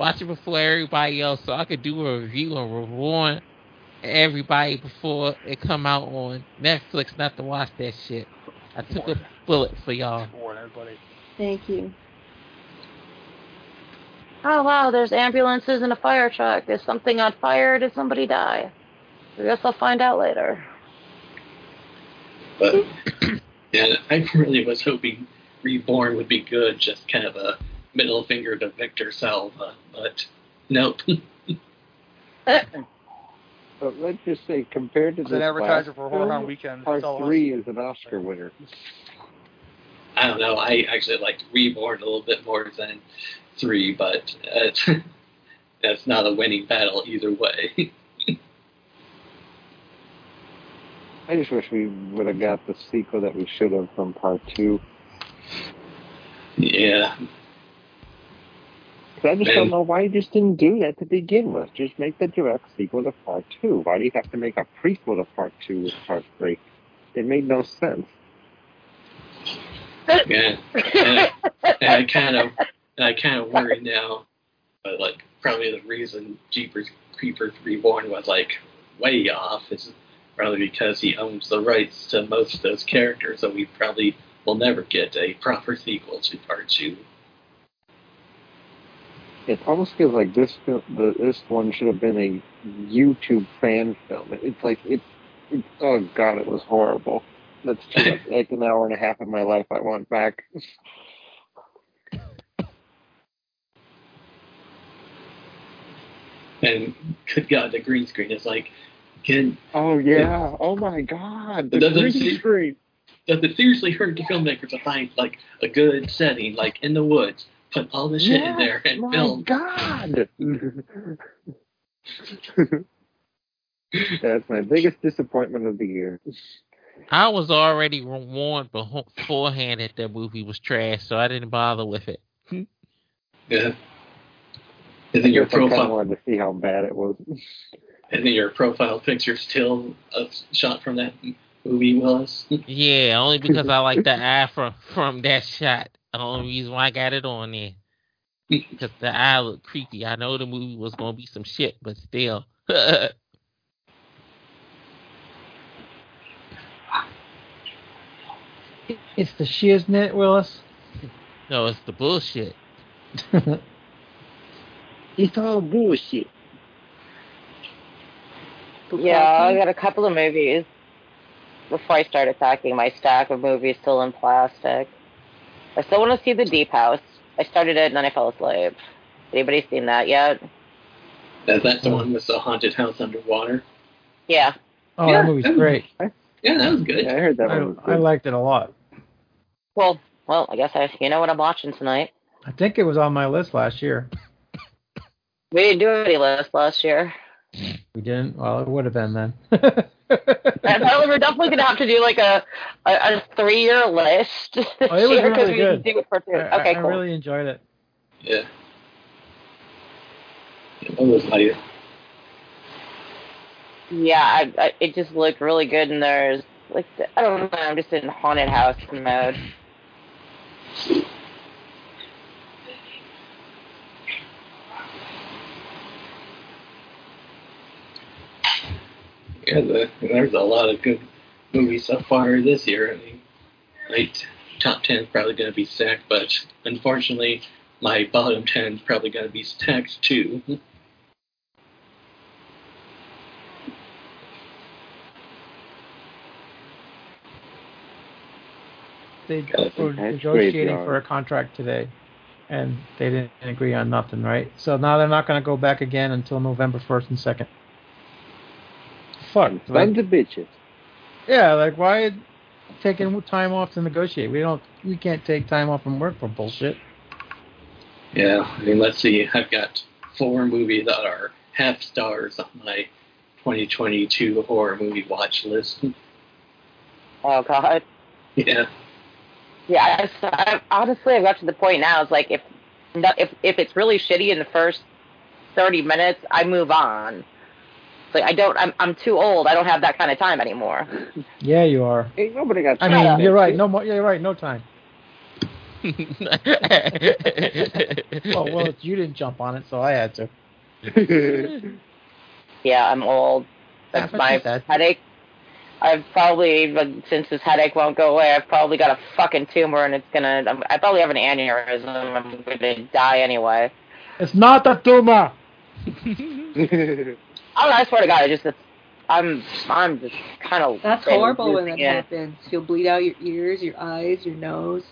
B: Watch it before everybody else, so I could do a review and reward everybody before it come out on Netflix. Not to watch that shit. I took a bullet for y'all.
D: Warn everybody.
C: Thank you.
G: Oh wow, there's ambulances and a fire truck. There's something on fire. Did somebody die? I guess I'll find out later.
F: but yeah, I really was hoping Reborn would be good, just kind of a middle finger to Victor Salva. But nope.
E: But let's just say, compared to
D: It's
E: this
D: an
E: last
D: advertiser for Horror Hound Weekend.
E: part
D: That's all it was.
E: three is an Oscar winner.
F: I don't know. I actually liked Reborn a little bit more than three, but uh, that's not a winning battle either way.
E: I just wish we would have got the sequel that we should have from part two.
F: yeah.
E: 'Cause I just don't know why you just didn't do that to begin with. Just make the direct sequel to part two. Why do you have to make a prequel to part two with part three? It made no sense.
F: Yeah. and I kind of and I kind of worry now, but like probably the reason Jeepers Creepers Reborn was like way off is probably because he owns the rights to most of those characters, so we probably will never get a proper sequel to Part Two.
E: it almost feels like this film, the, this one should have been a YouTube fan film. It's like it, it oh god, it was horrible. That's too much, like an hour and a half of my life I want back.
F: And good God, the green screen is like, can
E: Oh yeah, oh my god, the
F: It doesn't
E: green
F: seem-
E: screen.
F: does it seriously hurt the filmmaker to find like a good setting, like in the woods, put all this shit in there
E: Yes,
F: and
E: my
F: film?
E: god. That's my biggest disappointment of the year.
B: I was already warned beho- beforehand that that movie was trash, so I didn't bother with it.
F: Yeah. And then your
E: I kind of
F: profile,
E: wanted to see how bad it was.
F: and then your profile picture still a shot from that movie was.
B: Yeah, only because I like the eye from from that shot. The only reason why I got it on there
A: Mm.
B: because the eye looked creepy. I know the movie was gonna be some shit, but still.
A: It's the she, isn't it, Willis?
B: No, it's the bullshit.
E: It's all bullshit.
G: Yeah, I got a couple of movies before I start attacking my stack of movies still in plastic. I still want to see The Deep House. I started it and then I fell asleep. Anybody seen that yet?
F: Is that the one with the haunted house underwater?
G: Yeah.
A: Oh,
F: Yeah,
A: that movie's
F: that was-
A: great.
F: Yeah, that was good.
E: Yeah, I heard that
A: I,
E: one. Was
A: I
E: good.
A: liked it a lot.
G: Well, well, I guess I, you know what I'm watching tonight.
A: I think it was on my list last year.
G: We didn't do any list last year.
A: We didn't. Well, it would have been then.
G: And so we're definitely gonna have to do like a a, a three year list this
A: Oh, it was
G: year
A: really
G: we didn't
A: good.
G: do it for two.
A: I, I-
G: okay,
A: I
G: cool.
A: really enjoyed it.
F: Yeah. It was like
G: Yeah, I, I, it just looked really good, and there's like I don't know, I'm just in haunted house mode.
F: yeah, the, there's a lot of good movies so far this year. I mean, my t- top ten is probably going to be stacked, but unfortunately, my bottom ten is probably going to be stacked too.
A: They
F: That's
A: were
E: graveyard.
A: negotiating for a contract today, and they didn't agree on nothing, right? So now they're not going to go back again until November 1st and 2nd. Fuck. Like,
E: Sons of bitches.
A: yeah, like why taking time off to negotiate? We don't. We can't take time off from work for bullshit.
F: Yeah, I mean, let's see. I've got four movies that are half stars on my 2022 horror movie watch list.
G: Oh God.
F: yeah,
G: Yeah, I, I, honestly, I've got to the point now. It's like if no- if if it's really shitty in the first thirty minutes, I move on. It's like I don't. I'm I'm too old. I don't have that kind of time anymore.
A: Yeah, you are.
E: Ain't nobody got
A: I
E: time
A: mean,
E: for
A: you're
E: that
A: right.
E: shit.
A: No more. You're right. No time. Oh
B: oh
A: well, you didn't jump on it, so I had to.
G: Yeah, I'm old. That's
A: That's what
G: my
A: she said.
G: headache. I've probably but since this headache won't go away, I've probably got a fucking tumor, and it's gonna. I'm, I probably have an aneurysm. I'm gonna die anyway.
A: It's not a tumor.
G: I don't know. Oh, I swear to God, I just. It's, I'm. I'm just kind of.
C: That's horrible when that
G: Yeah.
C: happens. You'll bleed out your ears, your eyes, your nose.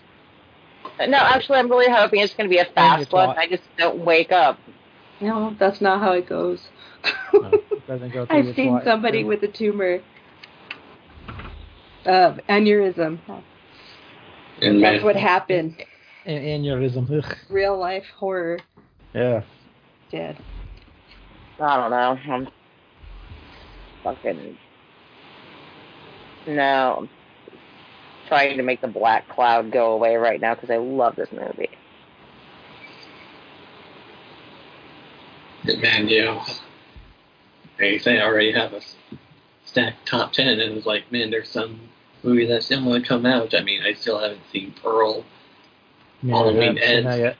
G: No, actually, I'm really hoping it's gonna be a fast
A: your
G: one.
A: thought.
G: I just don't wake up.
C: No, that's not how it goes.
A: No, it doesn't go through
C: I've
A: your
C: seen
A: thought.
C: somebody with a tumor. Uh, aneurysm.
F: and
C: That's
F: man,
C: what happened.
A: an aneurysm. Ugh.
C: Real life horror.
A: Yeah.
C: Dead.
G: I don't know. I'm fucking. No. I'm trying to make the black cloud go away right now because I love this movie.
F: man, you know, like you say, I already have a s- stacked top ten, and it's like, man, there's some movie that still want to come out. I mean, I still haven't seen Pearl
A: Yeah,
F: Halloween
A: I haven't seen
F: ends.
A: that yet.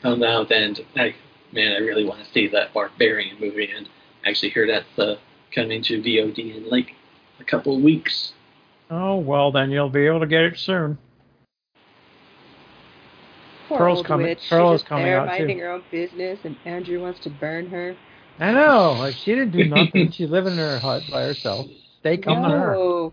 F: come out, and I, man, I really want to see that Barbarian movie, and I actually hear that's uh, coming to VOD in like a couple weeks.
A: Oh well, then you'll be able to get it soon.
C: Poor
A: Pearl's
C: old
A: coming-
C: witch. She's
A: Pearl's
C: just
A: coming
C: there
A: out, too.
C: minding her own business, and Andrew wants to burn her.
A: I know. Like she didn't do nothing. She's living in her hut by herself. They come to her.
C: no.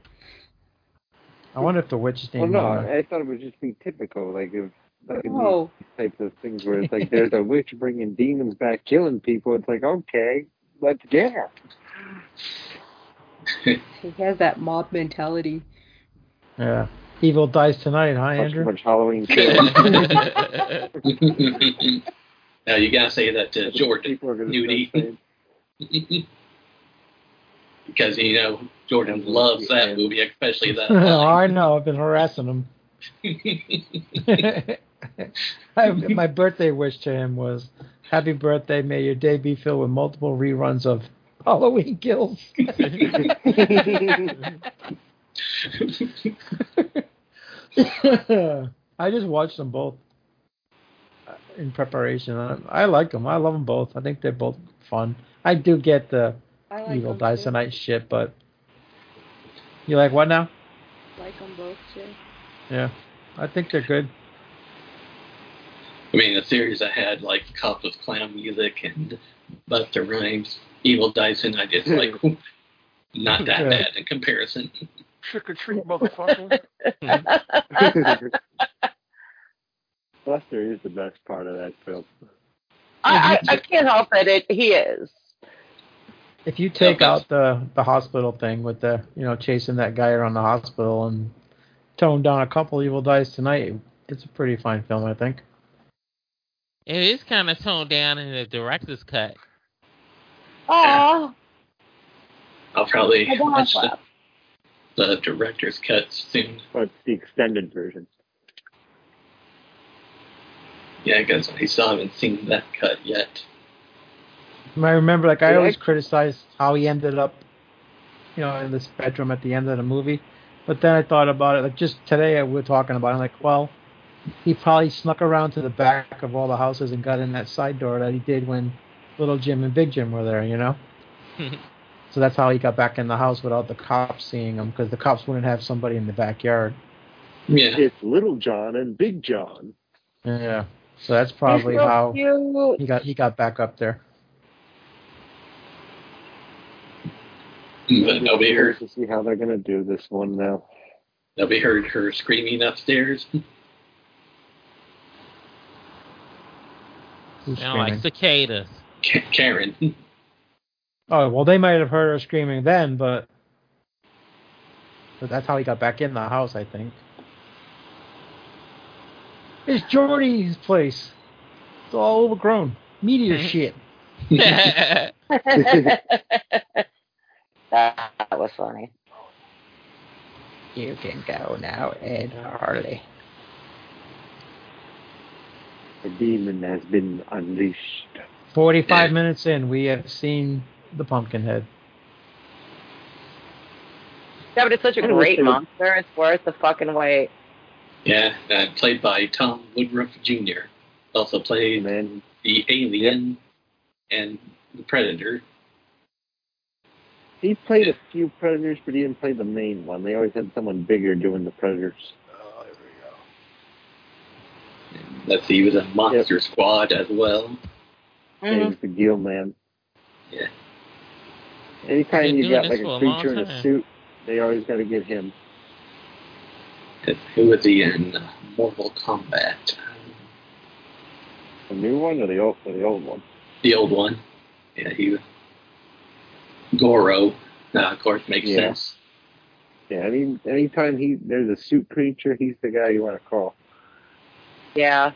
A: I wonder if the witch's
E: Well,
A: name.
E: no, I, I thought it would just be typical, like if like, in
A: Oh.
C: No.
E: these types of things where it's like there's a witch bringing demons back, killing people. It's like okay, let's get her.
C: He has that mob mentality.
A: yeah. Evil dies tonight, huh,
E: Much,
A: Andrew?
E: much Halloween kills.
F: now you gotta say that to Jordan
E: People are gonna
F: Nudie.
E: start saying,
F: because you know Jordan loves that movie, especially that.
A: Oh,
F: line.
A: I know. I've been harassing him. I, my birthday wish to him was happy birthday. May your day be filled with multiple reruns of Halloween Kills. I just watched them both uh, in preparation. I, I like them. I love them both. I think they're both fun. I do get the
C: I like
A: Evil
C: them
A: Dies
C: too.
A: Tonight shit, but you like what now?
C: Like them both too.
A: Yeah, I think they're good.
F: I mean, a series that had like Cop with Clown Music and Buster Rhymes, Evil Dyson. I just like not that
A: Yeah.
F: bad in comparison.
D: Trick or treat, motherfucker.
E: Buster is the best part of that film.
G: I, I, I can't help it. it. He is.
A: If you take
F: Yeah,
A: out the the hospital thing with the you know chasing that guy around the hospital and tone down a couple Evil Dies Tonight, it's a pretty fine film, I think.
B: It is kind of toned down in the director's cut.
G: Oh,
F: I'll probably
G: I
F: watch
G: want
F: the, the director's cut soon.
E: But it's the extended version.
F: Yeah, I guess I still haven't seen that cut yet.
A: I remember, like, I
E: Yeah,
A: always
E: I-
A: criticized how he ended up, you know, in this bedroom at the end of the movie. But then I thought about it, like, just today we were talking about it. I'm like, well, he probably snuck around to the back of all the houses and got in that side door that he did when Little Jim and Big Jim were there, you know? so that's how he got back in the house without the cops seeing him, because the cops wouldn't have somebody in the backyard.
F: Yeah,
E: It's Little John and Big John.
A: Yeah. So that's probably
G: he's so
A: how
G: cute.
A: he got he got back up there.
F: but nobody heard
E: to see how they're gonna do this one now.
F: nobody heard her screaming upstairs.
A: Who's
B: Sound like
A: screaming?
B: cicadas.
F: Ka- Karen.
A: Oh well, they might have heard her screaming then, but but that's how he got back in the house, I think. It's Jordy's place. It's all overgrown, meteor shit.
G: that, that was funny.
A: You can go now, Ed Harley.
E: The demon has been unleashed.
A: Forty-five minutes in, we have seen the Pumpkinhead.
G: Yeah, but it's such a
E: I don't
G: great
E: know.
G: monster. It's worth the fucking wait.
F: yeah, uh, played by Tom Woodruff Jr. Also played
E: Man,
F: the alien and the predator.
E: he played a few predators, but he didn't play the main one. They always had someone bigger doing the predators.
D: Oh, there we go.
F: Let's see, he was in Monster Squad as well.
B: Mm-hmm.
E: Yeah, he's the Gill Man.
F: Yeah.
E: Anytime
B: Been
E: you
B: doing
E: got
B: this
E: like
B: for
E: a
B: a
E: creature
B: long
E: in
B: time.
E: a suit, they always got to get him.
F: Who was he in Uh, Mortal Kombat?
E: The new one or the old or the old one?
F: The old one. Yeah, he was. Goro, uh, of course, makes
E: Yeah.
F: sense.
E: Yeah, any anytime he there's a suit creature, he's the guy you want to call.
G: Yeah.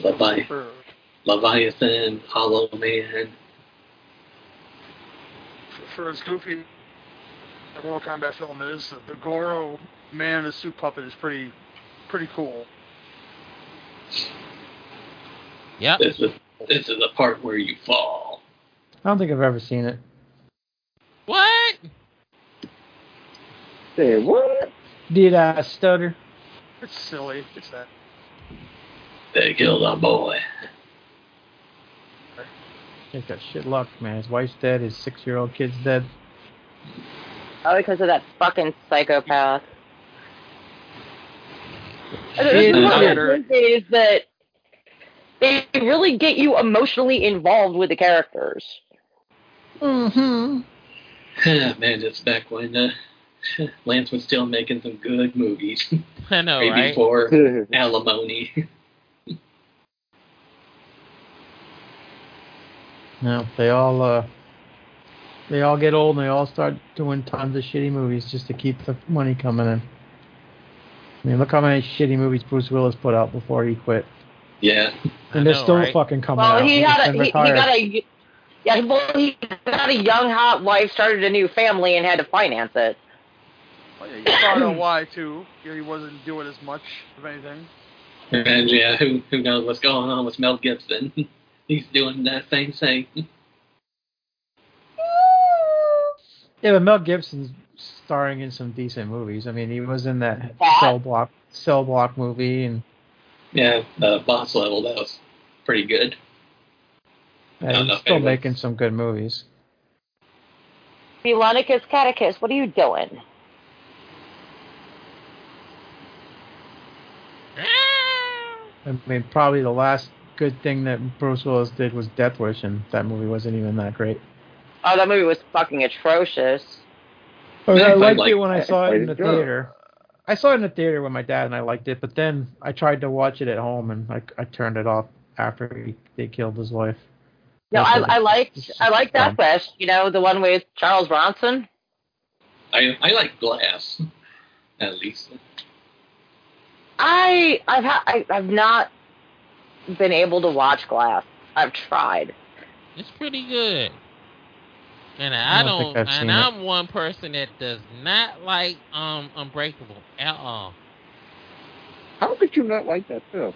F: Levi-
D: Bird.
F: Leviathan, Hollow Man.
D: For- For as goofy the Mortal Kombat film is, the Goro man in the suit puppet is pretty, pretty cool.
B: yep.
F: This is this is the part where you fall.
A: I don't think I've ever seen it.
B: What?
E: Say what?
A: Did I stutter?
D: It's silly. It's that.
F: They killed a boy.
A: He's got shit luck, man. His wife's dead. His six-year-old kid's dead.
G: Oh, because of that fucking psychopath.
A: She
G: There's
A: is
G: one of
A: weird.
G: those movies that they really get you emotionally involved with the characters.
B: Mm-hmm.
F: Man, just back when uh, Lance was still making some good movies.
B: I know,
F: Maybe
B: right?
F: for alimony.
A: No, they all uh, they all get old and they all start doing tons of shitty movies just to keep the money coming in. I mean, look how many shitty movies Bruce Willis put out before he quit,
F: yeah.
A: and
B: I
A: they're
B: know,
A: still
B: right?
A: fucking coming
G: Well,
A: out.
G: he
A: He's
G: got a
A: been
G: he, he
A: retired.
G: got a yeah. Well, he got a young hot wife, started a new family, and had to finance it.
D: Well, Oh, yeah, you found out why too. You know, he wasn't doing as much of anything.
F: And yeah, who who knows what's going on with Mel Gibson? He's doing that same thing.
A: Yeah, but Mel Gibson's starring in some decent movies. I mean, he was in that
G: That-
A: Cell Block Cell Block movie, and
F: Yeah, uh, boss level that was pretty good.
A: uh,
F: No,
A: he's
F: no,
A: still
F: anyway.
A: making some good movies.
G: Melonicus Catechist, what are you doing?
B: Ah!
A: I mean, probably the last good thing that Bruce Willis did was Death Wish, and that movie wasn't even that great.
G: Oh, that movie was fucking atrocious.
A: I, mean, I
F: Yeah, I
A: liked
F: like
A: it when I
E: that.
A: saw it in
E: Way
A: the
E: to go.
A: theater. I saw it in the theater with my dad, and I liked it. But then I tried to watch it at home, and I, I turned it off after he, they killed his wife.
G: No,
A: That's
G: I,
A: what
G: I liked
A: it's-
G: I liked
A: um,
G: that West. You know, the one with Charles Bronson.
F: I I like Glass, at least.
G: I I've ha- I, I've not been able to watch Glass. I've tried.
B: It's pretty good. And I,
A: I don't
B: don't,
A: think I've
B: and
A: seen it.
B: I'm one person that does not like um Unbreakable at all.
E: How could you not like that film?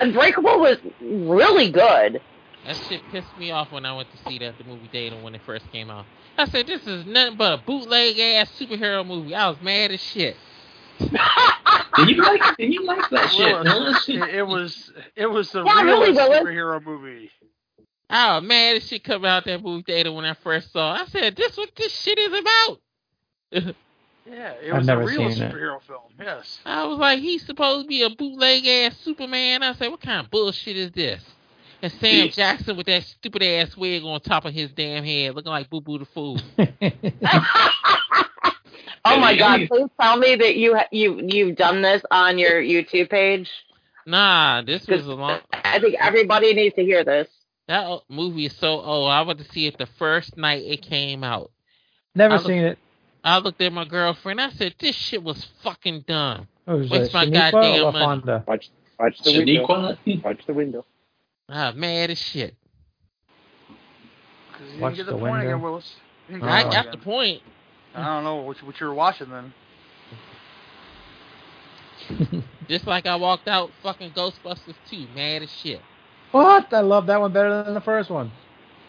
G: Unbreakable was really good.
B: That shit pissed me off when I went to see that at the movie theater when it first came out. I said, this is nothing but a bootleg ass superhero movie. I was mad as shit.
F: Did you like? Did you like that shit?
D: Willis,
F: huh?
D: it, it was it was the
G: Yeah, really,
D: realest
G: Willis.
D: superhero movie.
B: I was mad as shit coming out that movie theater when I first saw it. I said, this what this shit is about.
D: Yeah, it
A: I've
D: was the
A: never
D: realest
A: seen it.
D: superhero film. Yes.
B: I was like, he's supposed to be a bootleg ass Superman. I said, what kind of bullshit is this? And
F: Yeah.
B: Sam Jackson with that stupid ass wig on top of his damn head, looking like Boo Boo the Fool.
G: oh my
F: Yeah,
G: god!
F: you-
G: Please tell me that you ha- you you've done this on your YouTube page.
B: Nah, this was a long.
G: I think everybody needs to hear this.
B: That o- movie is so old. I went to see it the first night it came out.
A: Never
B: I look-
A: seen it.
B: I looked at my girlfriend. I said, "This shit was fucking dumb."
A: It was
B: Waste
A: uh,
B: my
A: Shaniqua
B: goddamn
A: or
B: money.
A: LaFonda?
E: Watch, watch the window.
F: Shaniqua?
E: Watch the window.
B: I was mad as shit.
D: Because you
A: Watch
D: didn't get
A: the
D: the, point
A: window. Oh,
D: again, Willis. You didn't get
B: I
D: the
B: got
D: point
B: the
D: again.
B: point.
D: I don't know what, what you were watching then.
B: Just like I walked out fucking Ghostbusters 2, mad as shit.
A: What? I love that one better than the first one.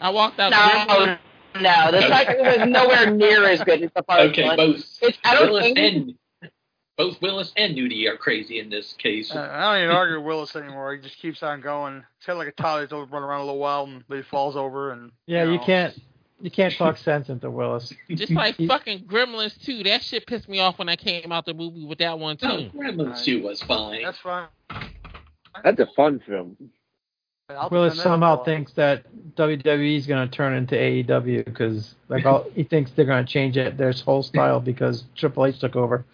B: I walked out.
G: No, no, the second was nowhere near as good as the first
F: Okay,
G: one.
F: both
G: It's, I don't
F: Willis
G: think
F: and both Willis and Nudie are crazy in this case.
D: Uh, I don't even argue with Willis anymore. He just keeps on going. He's got like a toddler that's run around a little while and then he falls over and
A: Yeah, you
D: know.
A: can't you can't talk sense into Willis.
B: Just like fucking Gremlins 2. That shit pissed me off when I came out the movie with that one too.
F: Oh, Gremlins Two was fine.
D: That's fine.
E: That's a fun film.
D: I'll
A: Willis
D: defend that
A: somehow
D: fella.
A: thinks that WWE is going to turn into AEW because like all, he thinks they're going to change it their whole style because Triple H took over.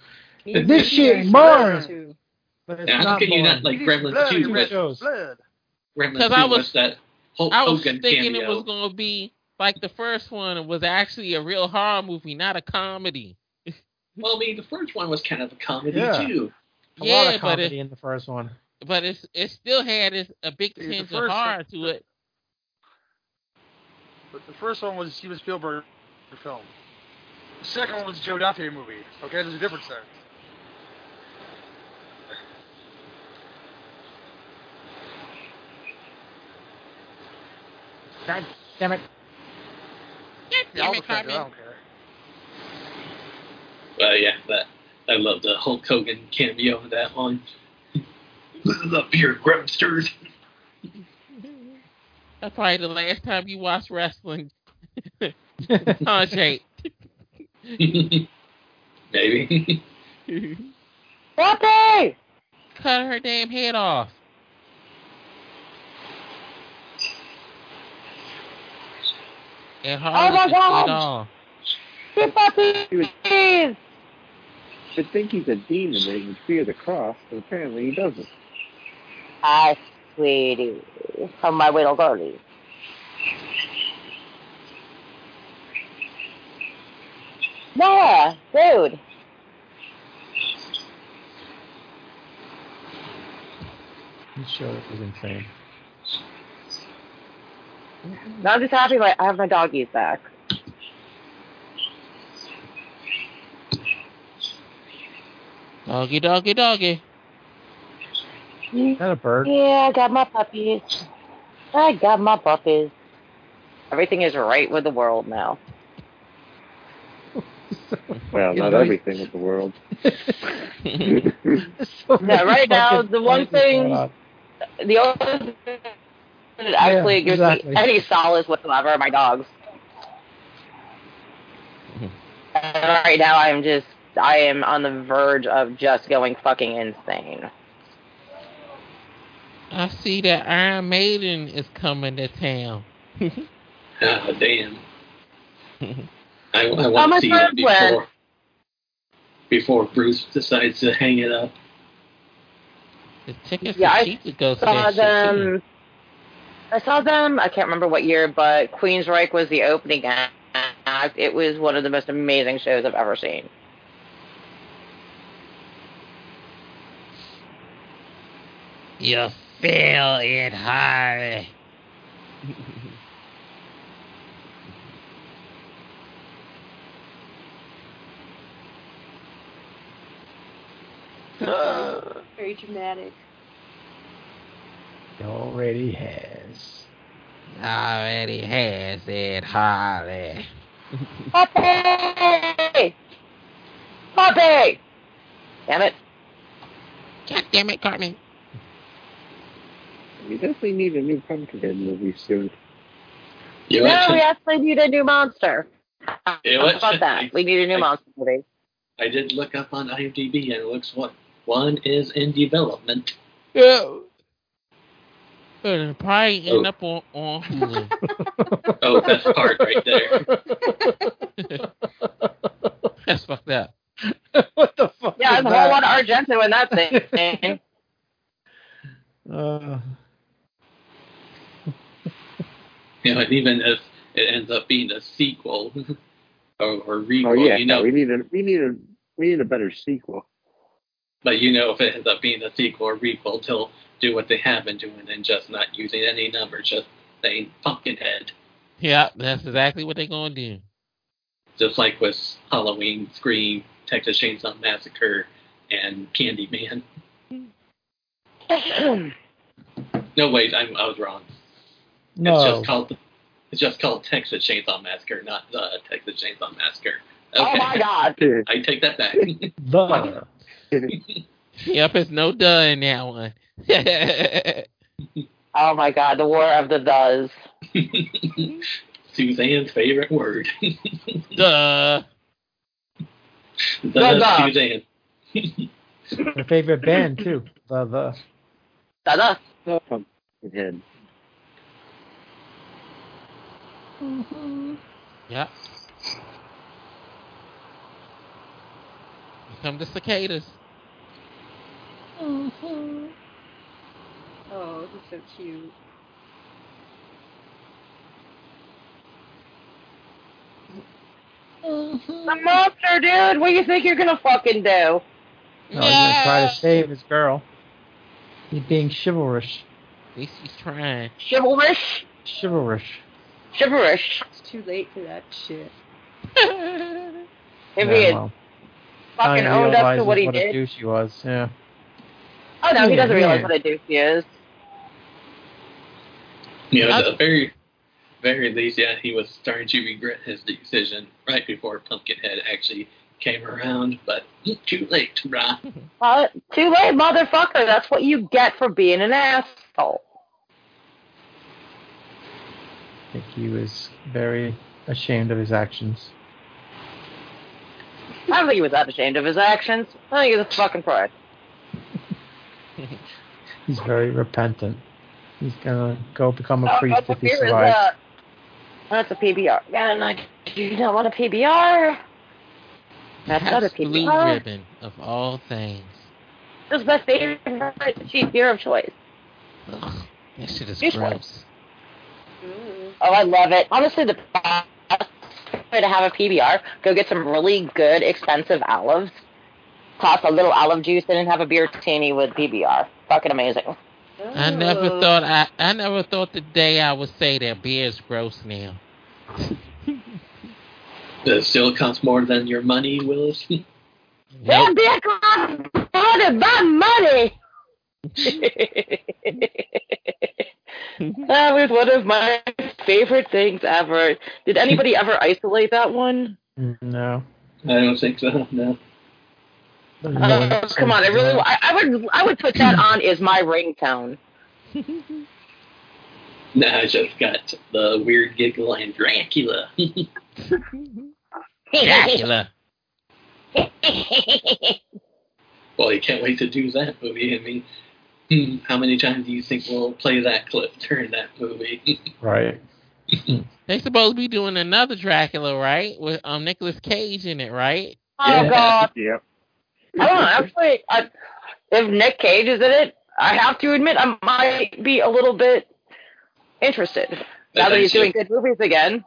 A: This shit
D: burns.
C: Too.
A: But it's
F: Now, how
A: not
F: can you
A: boring.
F: not like
D: He needs
F: Gremlins
D: blood, he
F: Two?
A: Two
D: needs
F: Was,
A: shows.
D: blood.
F: Gremlins
B: Because
F: Two
B: I
F: was,
B: was-
F: that Hulk
B: I was
F: Hogan
B: thinking
F: Oh, cameo.
B: it was gonna be like the first one. It was actually a real horror movie, not a comedy.
F: Well, I mean, the first one was kind of a comedy
A: Yeah.
F: too.
A: A
B: yeah,
A: lot of
B: but
A: comedy
B: it,
A: in the first one.
B: but it's it still had this, a big
D: Dude, the
B: tinge of
D: first
B: horror
D: one-
B: to it.
D: But the first one was a Steven Spielberg film. The second one was a Joe Dante movie. Okay, there's a difference there.
A: God damn it!
B: God
D: Yeah,
B: damn
D: I'll
B: it,
D: defend it. I oh.
B: Cartman.
D: don't care.
F: Well, yeah, that I love the Hulk Hogan cameo in that one. Listen up, here, Gremsters.
B: That's probably the last time you watched wrestling, Sanjay.
F: Maybe.
G: Pepe!
B: Cut her damn head off. And Harley
G: Oh my
B: can see
G: God!
B: it all.
G: Get back here!
E: Should think he's a demon that he can fear the cross, but apparently he doesn't.
G: Hi, sweetie. From my little girlie. Yeah, dude.
B: This show is insane.
G: No, I'm just happy my, I have my doggies back.
B: Doggy, doggy, doggy.
A: Is that a bird?
G: Yeah, I got my puppies. I got my puppies. Everything is right with the world now.
E: Well, not everything in the world.
A: So
G: Yeah,
A: many
G: right now,
A: fucking
G: the one
A: noises
G: thing-
A: going on.
G: The only thing that actually gives
A: exactly.
G: me any solace whatsoever are my dogs.
B: Mhm.
G: And right now, I'm just, I am on the verge of just going fucking insane.
B: I see that Iron Maiden is coming to town.
F: Ah, damn. I, I
G: Oh,
F: want
G: my
F: to see that
G: third one.
F: before, before Bruce decides to hang it up.
B: The tickets
G: Yeah,
B: are
G: I
B: cheap to go to
G: saw
B: that shit, too.
G: them. I saw them. I can't remember what year, but Queensryche was the opening act. It was one of the most amazing shows I've ever seen.
B: You feel it, Harley.
C: Very dramatic.
A: It already has.
B: Already has it, Harley.
G: Puppy! Puppy! Damn it!
B: God damn it, Cartman.
E: We definitely need a new Pumpkinhead movie soon.
F: You
G: no,
F: actually-
G: we actually need a new monster. How
F: You know what?
G: about that? We need a new
F: I-
G: monster movie.
F: I did look up on IMDb, and it looks what one is in development.
B: Yeah. It'll probably end
F: Oh.
B: up on, on Hulu.
F: Oh, that's hard right there.
B: That's fucked up.
A: what the fuck?
G: Yeah,
A: is
G: the whole
A: that?
G: lot of Argento in that thing.
A: Uh,
F: You know, and even if it ends up being a sequel or, or requel,
E: Oh yeah,
F: you know,
E: we need a we need a we need a better sequel.
F: but you know, if it ends up being a sequel or requel, they'll do what they have been doing and just not using any numbers, just saying Pumpkinhead,
B: Yeah, that's exactly what they're going to do.
F: just like with Halloween, Scream, Texas Chainsaw Massacre, and Candyman. No, wait, I'm, I was wrong. It's
A: no.
F: just called it's just called Texas Chainsaw Massacre, not the Texas Chainsaw Massacre. Okay.
G: Oh my god!
F: I take that back.
A: The.
B: Yep, it's no duh in that one.
G: Oh my god, the war of the does.
F: Suzanne's favorite word.
B: duh.
F: That's
G: Dada.
F: Suzanne.
A: My favorite band, too. The, the.
G: Da-da.
E: Oh, Pumpkinhead.
B: Yep. Here come the cicadas.
C: Oh, he's so cute.
G: The monster, dude! What do you think you're gonna fucking do?
A: No, he's going to try to save his girl. He's being chivalrous.
B: At least he's trying.
G: Chivalrous?
A: Chivalrous.
G: Chivalrous.
C: It's too late for that shit.
G: If
A: Yeah,
G: he had
A: well, now
G: fucking
A: he
G: owned up to
A: realizes
G: what he
A: a
G: did.
A: douche he was, yeah.
G: Oh no, he doesn't
A: Yeah.
G: realize what a douche he is.
F: You know,
B: That's-
F: the very very least, yeah, he was starting to regret his decision right before Pumpkinhead actually came around, but too late, brah.
G: Uh, too late, motherfucker. That's what you get for being an asshole.
A: I think he was very ashamed of his actions.
G: I don't think he was that ashamed of his actions. I think he was a fucking prick.
A: He's very repentant. He's gonna go become a
G: Oh,
A: priest
G: Uncle
A: if he
G: Fear is,
A: survives.
G: uh, That's a PBR. Yeah, I'm like, you don't want a PBR. That's
B: Pabst
G: not a
B: Blue
G: PBR.
B: Ribbon of all things.
G: This is my favorite cheap beer of choice.
B: Ugh, that shit is
G: Which one?
B: gross.
C: Mm.
G: Oh, I love it. Honestly, the best way to have a PBR, go get some really good, expensive olives, toss a little olive juice in, and have a beer teeny with PBR. Fucking amazing.
B: I never
C: Oh.
B: thought I, I never thought the day I would say that beer is gross now.
F: It still costs more than your money, Willis.
B: Nope.
G: Damn beer costs more than my money. that was one of my favorite things ever. Did anybody ever isolate that one?
A: Mm, No.
F: I don't think so. No.
G: Oh, come on! I really, I, I would, I would put that on as my ringtone.
F: No, I just got the weird giggle and Dracula.
B: Dracula.
G: Oh,
F: well, you can't wait to do that movie. I mean, hmm, how many times do you think we'll play that clip during that movie?
H: Right.
B: They supposed to be doing another Dracula, right? With um Nicolas Cage in it, right?
G: Oh
F: Yeah.
G: God!
E: Yeah.
G: I don't know. Actually, I, if Nick Cage is in it, I have to admit I might be a little bit interested now that he's
F: actually-
G: doing good movies again.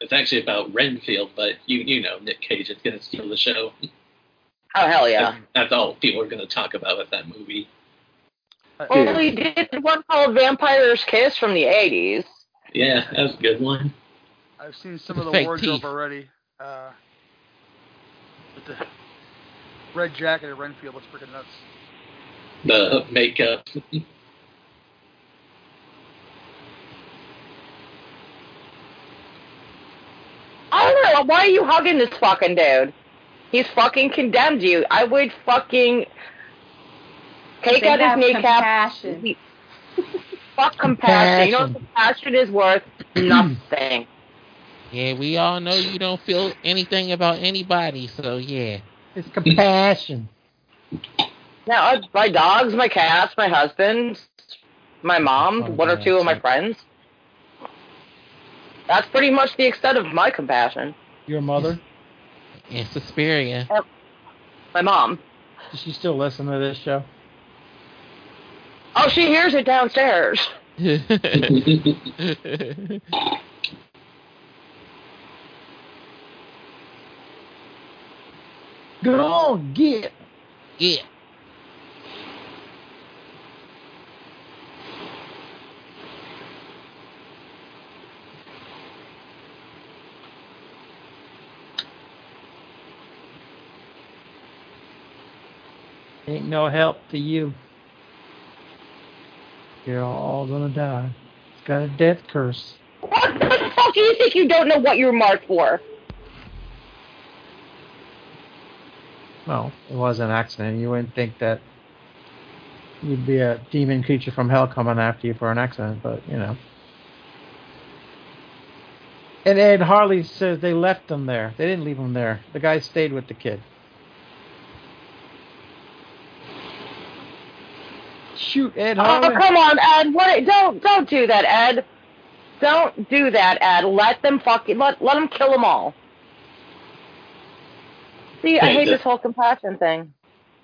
F: It's actually about Renfield, but you you know Nick Cage is going to steal the show.
G: Oh hell yeah!
F: That's all people are going to talk about with that movie.
G: Well, he did one called Vampire's Kiss from the '80s.
F: Yeah, that's a good one.
D: I've seen some of the
B: Fake
D: wardrobe
B: teeth.
D: already. Uh, with the red jacket at Renfield looks freaking nuts.
F: The makeup.
G: I don't know. Why are you hugging this fucking dude? He's fucking condemned you. I would fucking take
C: They
G: out
C: have
G: his kneecap.
C: compassion.
G: He- Fuck compassion. You know what compassion is worth? Nothing.
B: Yeah, we all know you don't feel anything about anybody, so yeah.
A: It's compassion.
G: Now, I, my dogs, my cats, my husband, my mom, one or two of my friends. That's pretty much the extent of my compassion.
A: Your mother?
B: And Suspiria.
G: My mom.
A: Does she still listen to this show?
G: Oh, she hears it downstairs.
A: Go on, get.
B: yeah.
A: Ain't no help to you. You're all gonna die. It's got a death curse.
G: What the fuck do you think you don't know what you're marked for?
A: Well, it was an accident. You wouldn't think that you'd be a demon creature from hell coming after you for an accident, but you know. And Ed Harley says they left him there. They didn't leave him there. The guy stayed with the kid. Shoot, Ed
G: Oh,
A: Harley.
G: come on, Ed. What? Don't don't do that, Ed. Don't do that, Ed. Let them fucking let let them kill them all. See, I
F: Hey,
G: hate
F: the-
G: this whole compassion thing.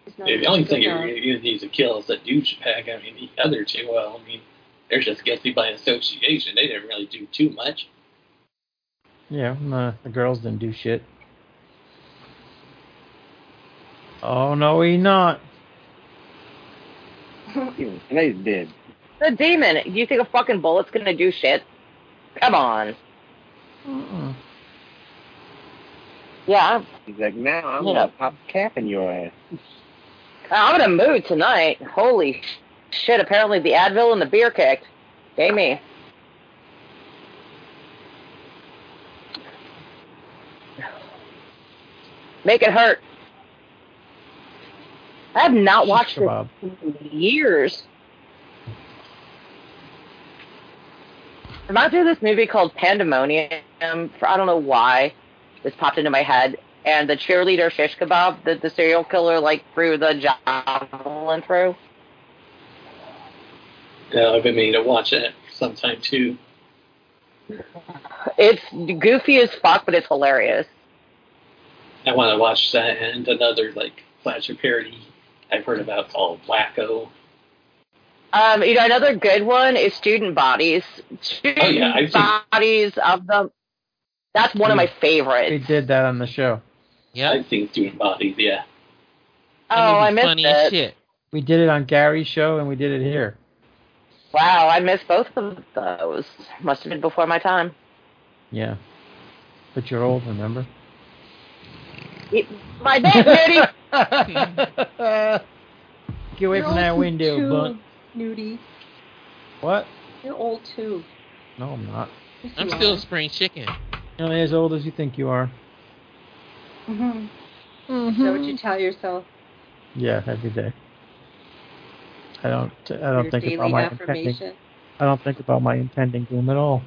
C: It's not
F: the only
C: good
F: thing you
C: dog.
F: really needs to kill is that douchebag. I mean, the other two, well, I mean, they're just guilty by association. They didn't really do too much.
A: Yeah, nah, the girls didn't do shit. Oh no, he not.
E: Even They did.
G: The demon. Do you think a fucking bullet's gonna do shit? Come on.
A: Mm-mm.
G: Yeah,
E: He's like, now I'm
G: Yeah.
E: gonna pop a cap in your ass.
G: I'm in a mood tonight. Holy shit! Apparently, the Advil and the beer kicked. Gave me. Make it hurt. I have not watched this
A: Kebab.
G: in years. Reminds me of this movie called Pandemonium. For I don't know why this popped into my head. And the cheerleader shish kebab that the serial killer like threw the javelin through.
F: Yeah, I've been meaning to watch that sometime too.
G: It's goofy as fuck, but it's hilarious.
F: I want to watch that and another like slasher parody I've heard about called Wacko.
G: Um, you know, another good one is student bodies. Student
F: Oh, yeah, I've seen-
G: bodies of the. That's one of my
A: They
G: favorites.
A: did that on the show.
B: Yep.
F: I've seen Student Bodies, yeah.
G: Oh,
B: That movie's
G: I missed
B: funny
G: it.
B: as shit.
A: We did it on Gary's show and we did it here.
G: Wow, I missed both of those. Must have been before my time.
A: Yeah. But you're old, remember?
G: My bad, Judy.
A: Get away from that window,
C: too,
A: Bunt.
C: Nudie.
A: What?
C: You're old too.
A: No, I'm not.
C: Yes,
B: I'm
C: you
B: still
C: are.
B: spring chicken.
A: You're only as old as you think you are.
C: Mhm.
G: Mm-hmm.
C: Is that what you tell yourself?
A: Yeah, every day. I don't. I don't
C: Your
A: think about
C: daily
A: my impending.
C: affirmation.
A: I don't think about my impending doom at all.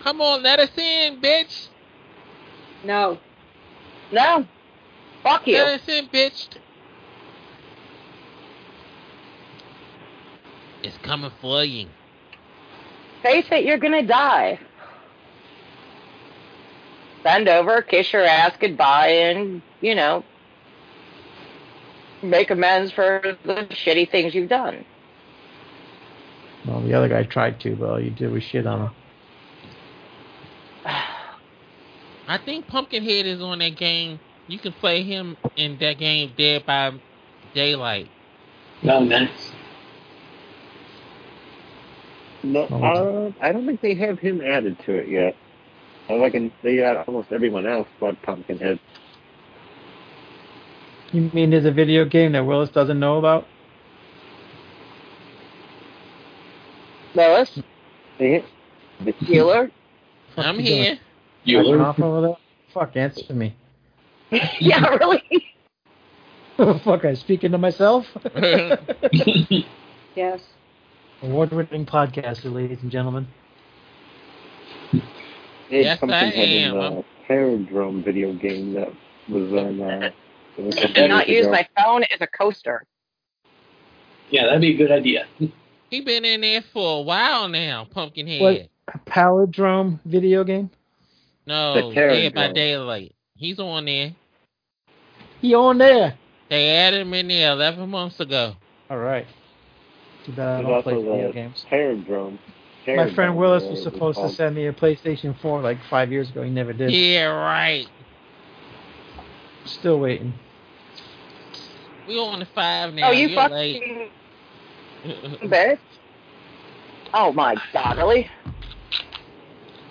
B: Come on, let us in, bitch.
C: No.
G: no. Fuck you.
B: Let us in, bitch. It's coming for you.
G: Face it, you're gonna die. Bend over, kiss your ass goodbye, and you know, make amends for the shitty things you've done.
A: Well, the other guy tried to, but all you did was shit on him.
B: I think Pumpkinhead is on that game. You can play him in that game Dead by Daylight.
F: No, nice.
E: No, uh, I don't think they have him added to it yet. I like in- they got almost everyone else but Pumpkinhead.
A: You mean there's a video game that Willis doesn't know about?
G: Lois,
E: They, they,
G: Bueller.
A: Fuck
B: I'm
A: you doing?
B: here.
A: Backing
F: Bueller?
A: off over there? Fuck, answer me.
G: yeah, really.
A: Fuck, I speaking to myself.
C: Yes.
A: Award-winning podcaster, ladies and gentlemen.
E: they had
B: Yes, I
E: Pumpkinhead in
B: am.
E: the Terradrome video game that was on. Uh, it was a
G: I
E: couple
G: cannot
E: years
G: use
E: ago.
G: my phone as a coaster.
F: Yeah, that'd be a good idea.
B: He been in there for a while now, Pumpkinhead.
A: What? A Palindrome video game?
B: No,
E: The Terran
B: Dead by
E: Drone.
B: Daylight. He's on there.
A: He on there.
B: They added him in there 11 months ago.
A: All right. Too bad I
E: There's
A: don't play
E: also
A: video
E: the
A: games.
E: Terradrome.
A: My friend
E: Terradrome,
A: Willis
E: uh,
A: was
E: it
A: supposed to
E: called.
A: send me a PlayStation 4 like five years ago. He never did.
B: Yeah, right.
A: Still waiting.
B: We on the five now.
G: Oh, you
B: You're late.
G: fucking bitch. Oh my god, really?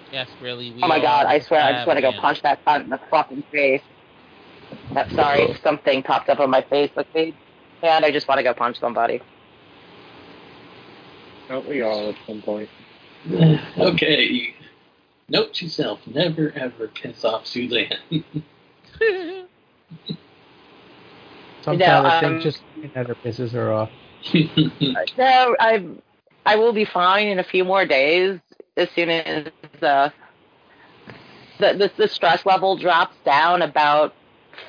B: That's really weird.
G: Oh my god, I swear I just want to go punch that cunt in the fucking face. Uh, sorry, something popped up on my Facebook feed, and I just want to go punch somebody.
E: Aren't we all at some point?
F: okay. Note to self, never ever piss off Suzanne.
A: Sometimes I
G: um,
A: think just looking at her pisses her off.
G: No, I I will be fine in a few more days as soon as uh, the, the the stress level drops down about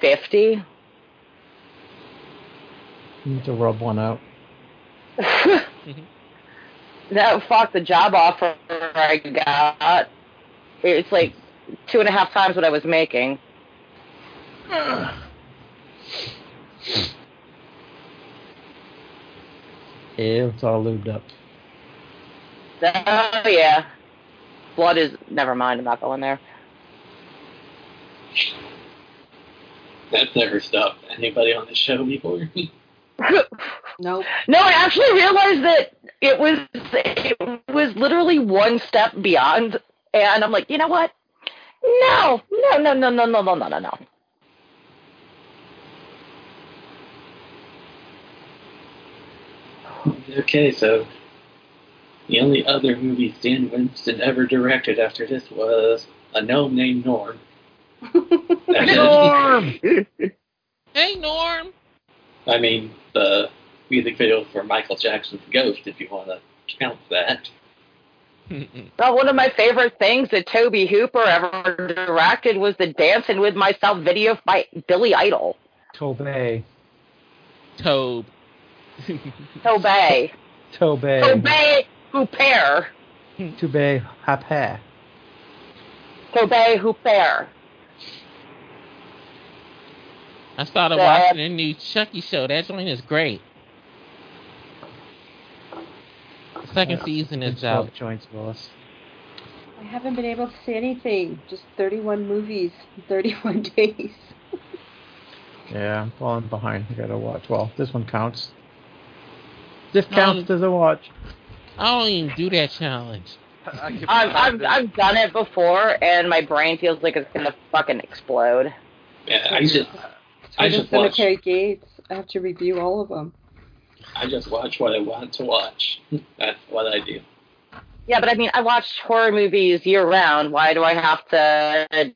G: fifty.
A: You need to rub one out.
G: no, fuck the job offer I got. It's like two and a half times what I was making.
A: Ew, it's all lubed up.
G: Oh yeah, blood is. Never mind. I'm not going there.
F: That's never stopped anybody on the show before.
C: Nope.
G: No, I actually realized that it was it was literally one step beyond, and I'm like, you know what? No, no, no, no, no, no, no, no, no, no.
F: okay, so the only other movie Dan Winston ever directed after this was A Gnome Named Norm.
A: Norm!
B: hey, Norm.
F: I mean, the music video for Michael Jackson's Ghost, if you want to count that.
G: Well, one of my favorite things that Toby Hooper ever directed was the Dancing with Myself video by Billy Idol.
A: Tobey.
B: Tobe.
G: Tobey.
A: Tobey.
G: Tobey Hooper.
A: Tobey Hape.
G: Tobey Hooper.
B: I started
G: Yeah.
B: watching the new Chucky show. That joint is great. The second
A: Yeah.
B: season is out.
A: Twelve joints, Willis.
C: I haven't been able to see anything. Just 31 movies, in 31 days.
A: Yeah, I'm falling behind. I gotta watch. Well, this one counts. This counts as a watch.
B: I don't even do that challenge.
D: I keep-
G: I've, I've, I've done it before, and my brain feels like it's going to fucking explode.
F: Yeah, I just I
C: It's
F: just watch
C: Cemetery Gates. I have to review all of them.
F: I just watch what I want to watch. That's what I do.
G: Yeah, but I mean, I watch horror movies year round. Why do I have to,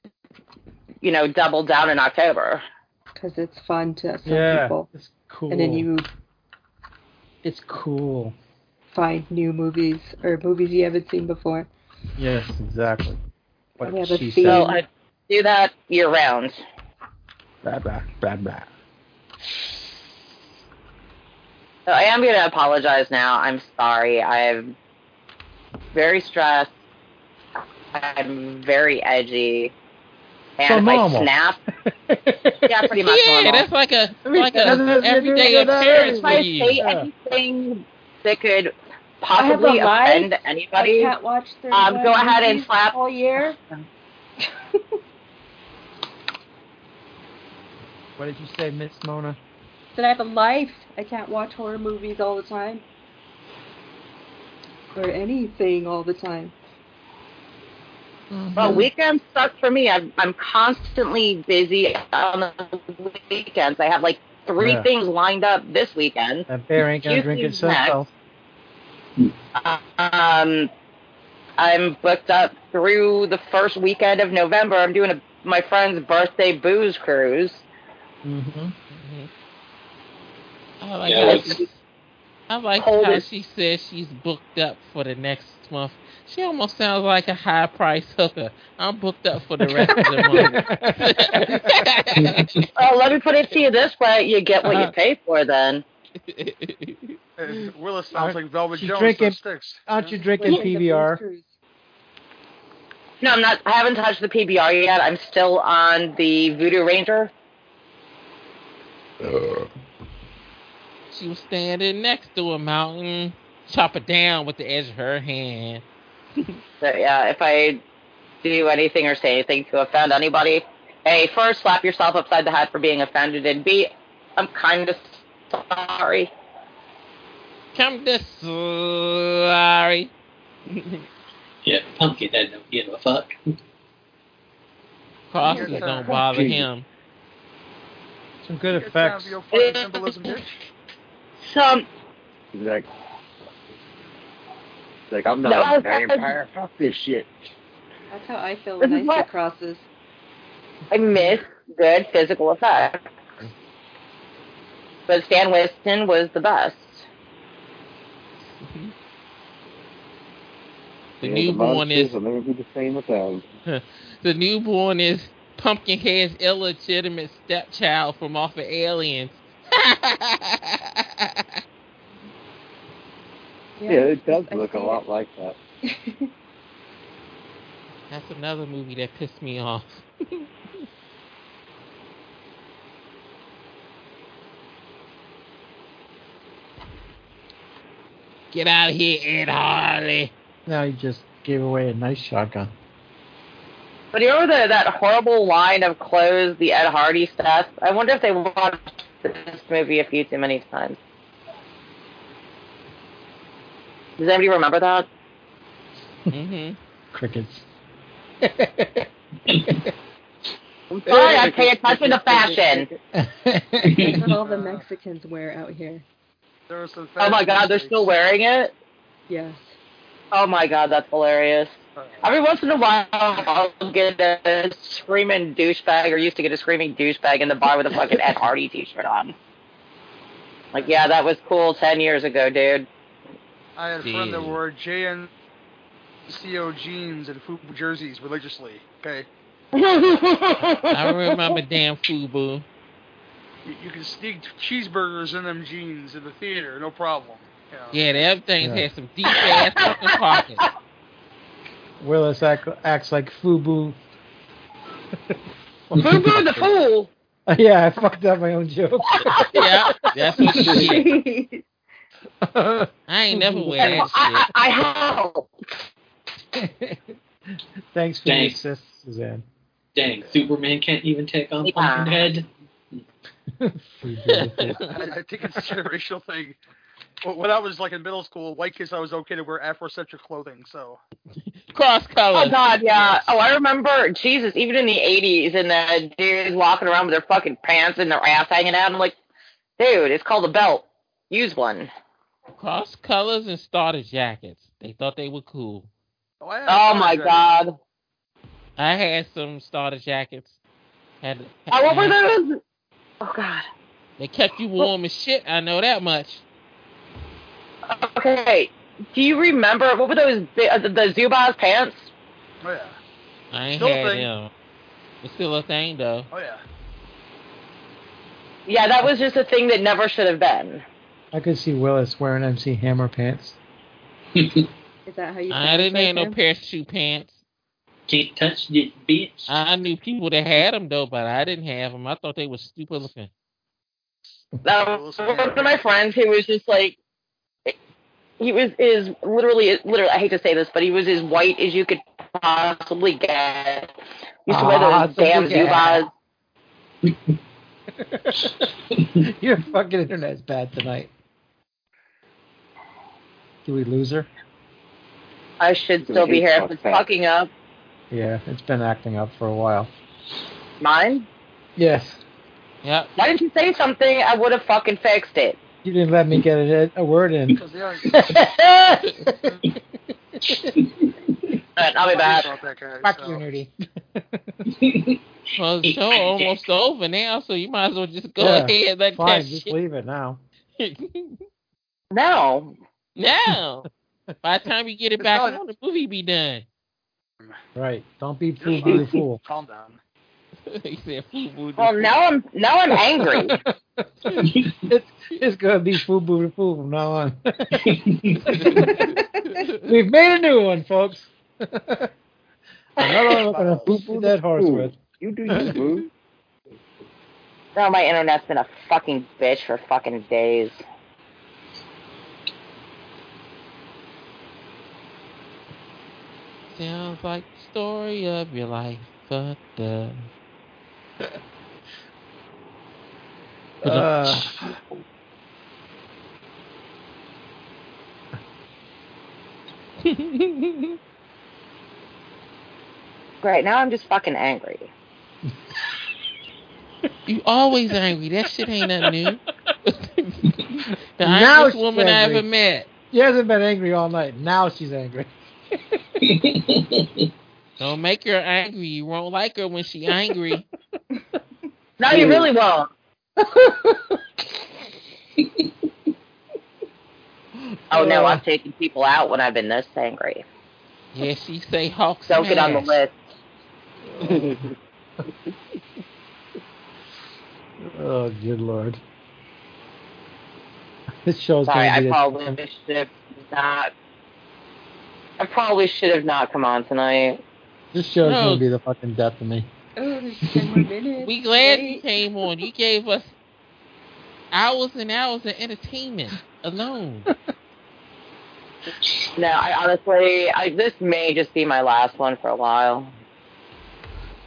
G: you know, double down in October?
C: because it's fun to some people.
A: it's cool.
C: And then you
A: it's cool.
C: find new movies or movies you haven't seen before.
A: Yes, exactly. What
C: We have a
A: she
C: theme.
G: So
A: said.
G: I do that year round.
A: Bad back, bad back.
G: So I am going to apologize now. I'm sorry. I'm very stressed. I'm very edgy. And
A: So
G: if
A: normal.
G: I snap, yeah, pretty much
B: Yeah,
G: normal.
B: that's like a
A: I mean,
B: like
A: that's-
B: a
A: that's-
B: everyday
A: that's-
B: appearance
G: if
B: for
G: I
B: you.
G: say
A: Yeah.
G: anything that could possibly
C: I have a
G: offend anybody,
C: I can't watch 31
G: um, go ahead and
C: movies
G: slap.
C: all year.
A: What did you say, Miss Mona?
C: Then I have a life. I can't watch horror movies all the time or anything all the time.
E: Mm-hmm.
G: Well, weekends suck for me. I'm I'm constantly busy on the weekends. I have like three
A: Yeah.
G: things lined up this weekend.
A: That bear ain't gonna
G: You
A: drink
G: can
A: itself.
G: Um, I'm booked up through the first weekend of November. I'm doing a, my friend's birthday booze cruise.
A: Mm-hmm.
B: Mhm. I like
F: Yeah,
B: how
F: it's-
B: she, I like
G: Hold
B: how
G: it.
B: she says she's booked up for the next month. She almost sounds like a high price hooker. I'm booked up for the rest of the month.
G: Well, Oh, let me put it to you this way: you get what you pay for. Then
D: Uh, Willis sounds like Velvet
A: She's
D: Jones.
A: drinking-
D: Drinking, sticks.
A: Aren't you
D: Yeah.
A: drinking
C: Like the booze
A: PBR?
C: cruise.
G: no, I'm not. I haven't touched the PBR yet. I'm still on the Voodoo Ranger.
B: she was standing next to a mountain, chop it down with the edge of her hand.
G: So yeah, if I do anything or say anything to offend anybody, a first slap yourself upside the head for being offended, and b I'm kind of sorry.
B: Come to sorry.
F: Yeah, Pumpkinhead don't give a fuck.
B: Crosses
D: Yes, sir.
B: don't bother him.
A: Some good
D: Get down
A: effects.
D: to your fucking symbolism, bitch.
G: So um,
E: Exactly. Like I'm
G: No, I-
E: not a vampire. Fuck this shit.
C: That's how I feel
G: This
C: when I
G: is
C: see
G: what-
C: crosses.
G: I miss good physical effects, but Stan Winston was the best.
B: The
E: Yeah,
B: newborn
E: monsters
B: is
E: will never be the same without him.
B: the newborn is Pumpkinhead's illegitimate stepchild from off of Aliens.
E: Yeah, it does look a lot like that.
B: That's another movie that pissed me off. Get out of here, Ed Harley.
A: Now you just gave away a nice shotgun.
G: But you remember the, that horrible line of clothes, the Ed Hardy stuff? I wonder if they watched this movie a few too many times. Does anybody remember that?
B: hmm
A: Crickets.
G: I'm sorry, I pay attention to fashion.
C: That's what all the
D: Uh,
C: Mexicans wear out here.
D: There was some
G: Oh my god, they're still wearing it?
C: Yes.
G: Oh my god, that's hilarious.
D: Uh,
G: Every once in a while, I'll get a screaming douchebag, or used to get a screaming douchebag in the bar with a fucking Ed Hardy t shirt on. Like, yeah, that was cool 10 years ago, dude.
D: I had a friend that
B: Jeez.
D: wore JNCO jeans and FUBU jerseys religiously. Okay.
B: I remember damn Fubu.
D: You, you can sneak cheeseburgers in them jeans in the theater, no problem. You know.
B: Yeah, the other things
A: Yeah.
B: had some deep ass fucking pockets.
A: Willis act, acts like Fubu.
G: Fubu the fool.
A: yeah, I fucked up my own joke.
B: Yeah, that's what she
C: Jeez.
B: is. I ain't never wear
G: I,
B: that
G: I, I help.
A: Thanks for
F: Thanks.
A: the assist, Suzanne.
F: Dang, Superman can't even take on
G: Yeah.
F: Pumpkinhead.
A: Fubu.
D: I, I think it's a generational thing. Well, When I was like in middle school, white kids, I was okay to wear Afrocentric clothing. So
B: shit. Cross
G: Oh
B: colors.
G: God, yeah. Oh, I remember. Jesus, even in the '80s, and the dudes walking around with their fucking pants and their ass hanging out. I'm like, dude, it's called a belt. Use one.
B: Cross colors and starter jackets. They thought they were cool.
D: oh, I had
G: Oh
D: a
G: my
D: jacket.
G: God.
B: I had some starter jackets. Had,
G: Oh, what were those? Oh God.
B: They kept you warm as shit. I know that much.
G: Okay. Do you remember what were those bi- uh, the, the Zubaz pants?
D: Oh yeah,
B: I ain't
D: Still a
B: had
D: thing.
B: them. It's still a thing though.
D: oh yeah.
G: Yeah, that was just a thing that never should have been.
A: I could see Willis wearing MC Hammer pants.
C: Is that how you?
B: I didn't
C: pronounce
B: have no
C: it,
B: parachute pants.
F: Can't touch this bitch.
B: I knew people that had them though, but I didn't have them. I thought they were stupid looking.
G: Um, one of my friends, he was just like, he was is literally literally. I hate to say this, but he was as white as you could possibly get. He used to wear
A: Ah,
G: those damn
A: yeah.
G: Zubaz.
A: Your fucking internet's bad tonight. Do we lose her?
G: I should still be here if it's fucking up.
A: Yeah, it's been acting up for a while.
G: Mine?
A: Yes.
B: Yep.
G: Why didn't you say something? I would have fucking fixed it.
A: You didn't let me get a, a word in.
D: Because yeah,
G: But I'll be back.
D: about that guy.
A: Fuck
D: so.
A: you, nerdy.
B: Well, the show almost over now, so you might as well just go
A: Yeah,
B: ahead and let
A: Fine,
B: that
A: just
B: shit.
A: leave it now.
G: No.
B: now, by the time you get it
D: It's
B: back
D: not-
B: on, the movie be done.
A: Right. Don't be fool, be the fool.
D: Calm down.
B: he said, "Foo, boo,
G: Well,
B: doo,
G: now I'm now I'm angry.
A: it's, it's gonna be foo boo foo from now on. We've made a new one, folks. Another one we're gonna
D: Foo,
A: poop that horse with.
E: You do you, boo.
G: No, my internet's been a fucking bitch for fucking days.
B: doo." Sounds like the story of your life. But uh,
A: Uh,
G: Great. Now I'm just fucking angry.
B: you always angry. That shit ain't nothing new. the
A: Now
B: angriest
A: she's
B: woman I
A: angry.
B: ever met.
A: she hasn't been angry all night. Now she's angry.
B: Don't make her angry. You won't like her when she angry.
G: No, you really won't. Oh no, I've taken people out when I've been this angry.
B: yeah, she say Hawk
G: Don't get on the
B: smash.
G: list.
A: Oh, good lord. This show's
G: Sorry,
A: gonna
G: I
A: be.
G: probably should have not. I probably should have not come on tonight.
A: the, this show's
B: No.
A: gonna be the fucking death of me.
C: Oh, there's ten more minutes.
B: We glad you
C: Wait.
B: came on. You gave us hours and hours of entertainment alone.
A: Uh,
G: No, I honestly, I, this may just be my last one for a while.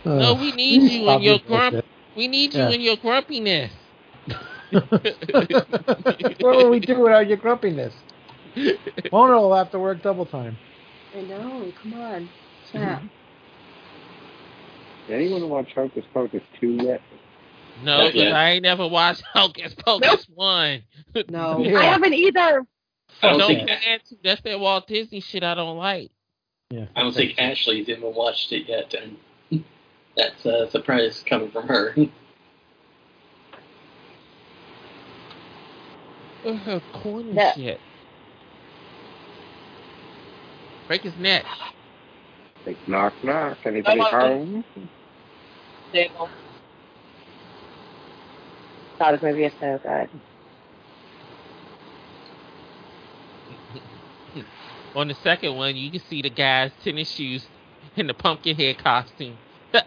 B: No,
A: Ugh.
B: we need you and
A: Uh, Probably
B: your
A: bullshit.
B: grump. We need you
A: Yeah.
B: and your grumpiness.
A: what will we do without your grumpiness? Mona will have to work double time.
C: I know. Come on. Snap.
E: Did anyone watch Hocus Pocus 2 yet?
B: No,
F: Not yet.
B: because I ain't never watched Hocus Pocus one.
C: No.
A: Yeah.
G: I haven't either.
F: I don't
B: Don't
F: think
B: plan to. That's that Walt Disney shit I don't like.
A: Yeah.
F: I don't think Ashley's even watched it yet, and that's a surprise coming from her.
B: Ugh, corny
G: Yeah.
B: shit. Break his neck.
E: Like, knock, knock. Anybody
G: Hello.
E: home?
G: God, this movie is so good.
B: On the second one, you can see the guy's tennis shoes and the pumpkin head costume.
G: All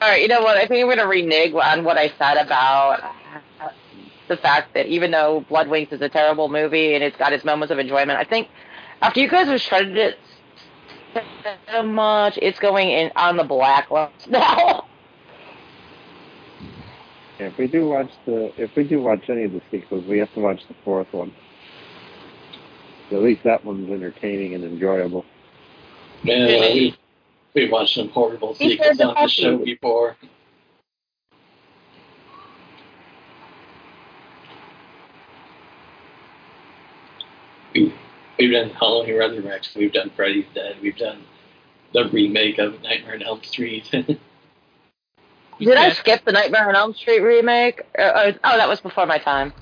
G: right, you know what? I think I'm going to renege on what I said about uh, the fact that even though Blood Wings is a terrible movie and it's got its moments of enjoyment, I think after you guys have shredded it so much, it's going in on the blacklist now.
E: If we do watch the, if we do watch any of the sequels, we have to watch the fourth one. At least that one's entertaining and enjoyable.
F: Man, we, we watched some horrible
G: He
F: sequels
G: said
F: on the
G: that.
F: show before. We've, we've done Halloween Resurrection, we've done Freddy's Dead, we've done the remake of Nightmare on Elm Street.
B: We
G: Did I
B: sat-
G: skip the Nightmare on Elm Street remake? Uh, uh, oh, that was before my time.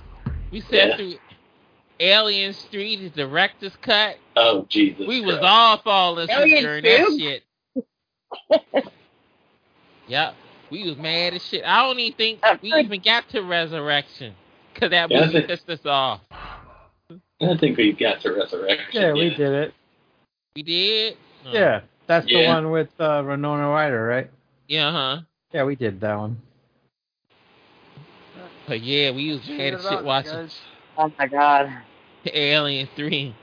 B: We sat
F: Yeah.
B: through Alien Street, the director's cut.
F: oh, Jesus.
B: We was
F: Christ.
B: all falling asleep
G: Alien
B: during that
G: Street?
B: shit. yep, we was mad as shit. I don't even think we even got to Resurrection because that
F: Yeah, I
B: movie
F: think-
B: pissed us off.
F: I think we got to Resurrection.
A: Yeah, we did it.
B: We did. Oh,
A: Yeah, that's the
F: Yeah.
A: one with uh, Renona Ryder, right?
B: Yeah, huh.
A: Yeah, we did that one.
B: But yeah, we was mad as shit watching
G: Oh my God.
B: Alien Three.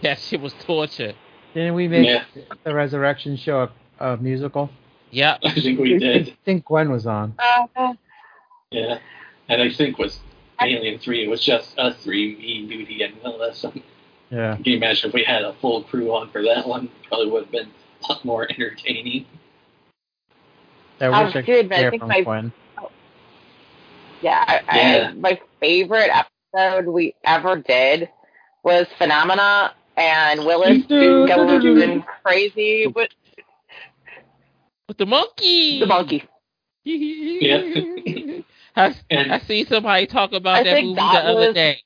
B: That shit was torture.
A: Didn't we make
F: Yeah,
A: the Resurrection show a, a musical?
B: Yep.
F: I think we
A: I
F: did.
A: think Gwen was on.
G: Uh,
F: Yeah. And I think was Alien 3, it was just us three, me, Nudie, and Willis.
A: Yeah.
F: Can you imagine if we had a full crew on for that one? Probably would have been a lot more entertaining.
A: I
G: I'm
A: wish I
G: good,
A: could
G: but I
A: hear
G: think
A: from
G: my-
A: Gwen.
G: yeah, I,
F: Yeah.
G: I, my favorite episode we ever did was Phenomena and Willis going crazy with
B: With the monkey.
G: the monkey.
F: Yeah.
B: I,
F: And-
B: I seen somebody talk about
G: I
B: that
G: think
B: movie
G: that
B: the other
G: was-
B: day.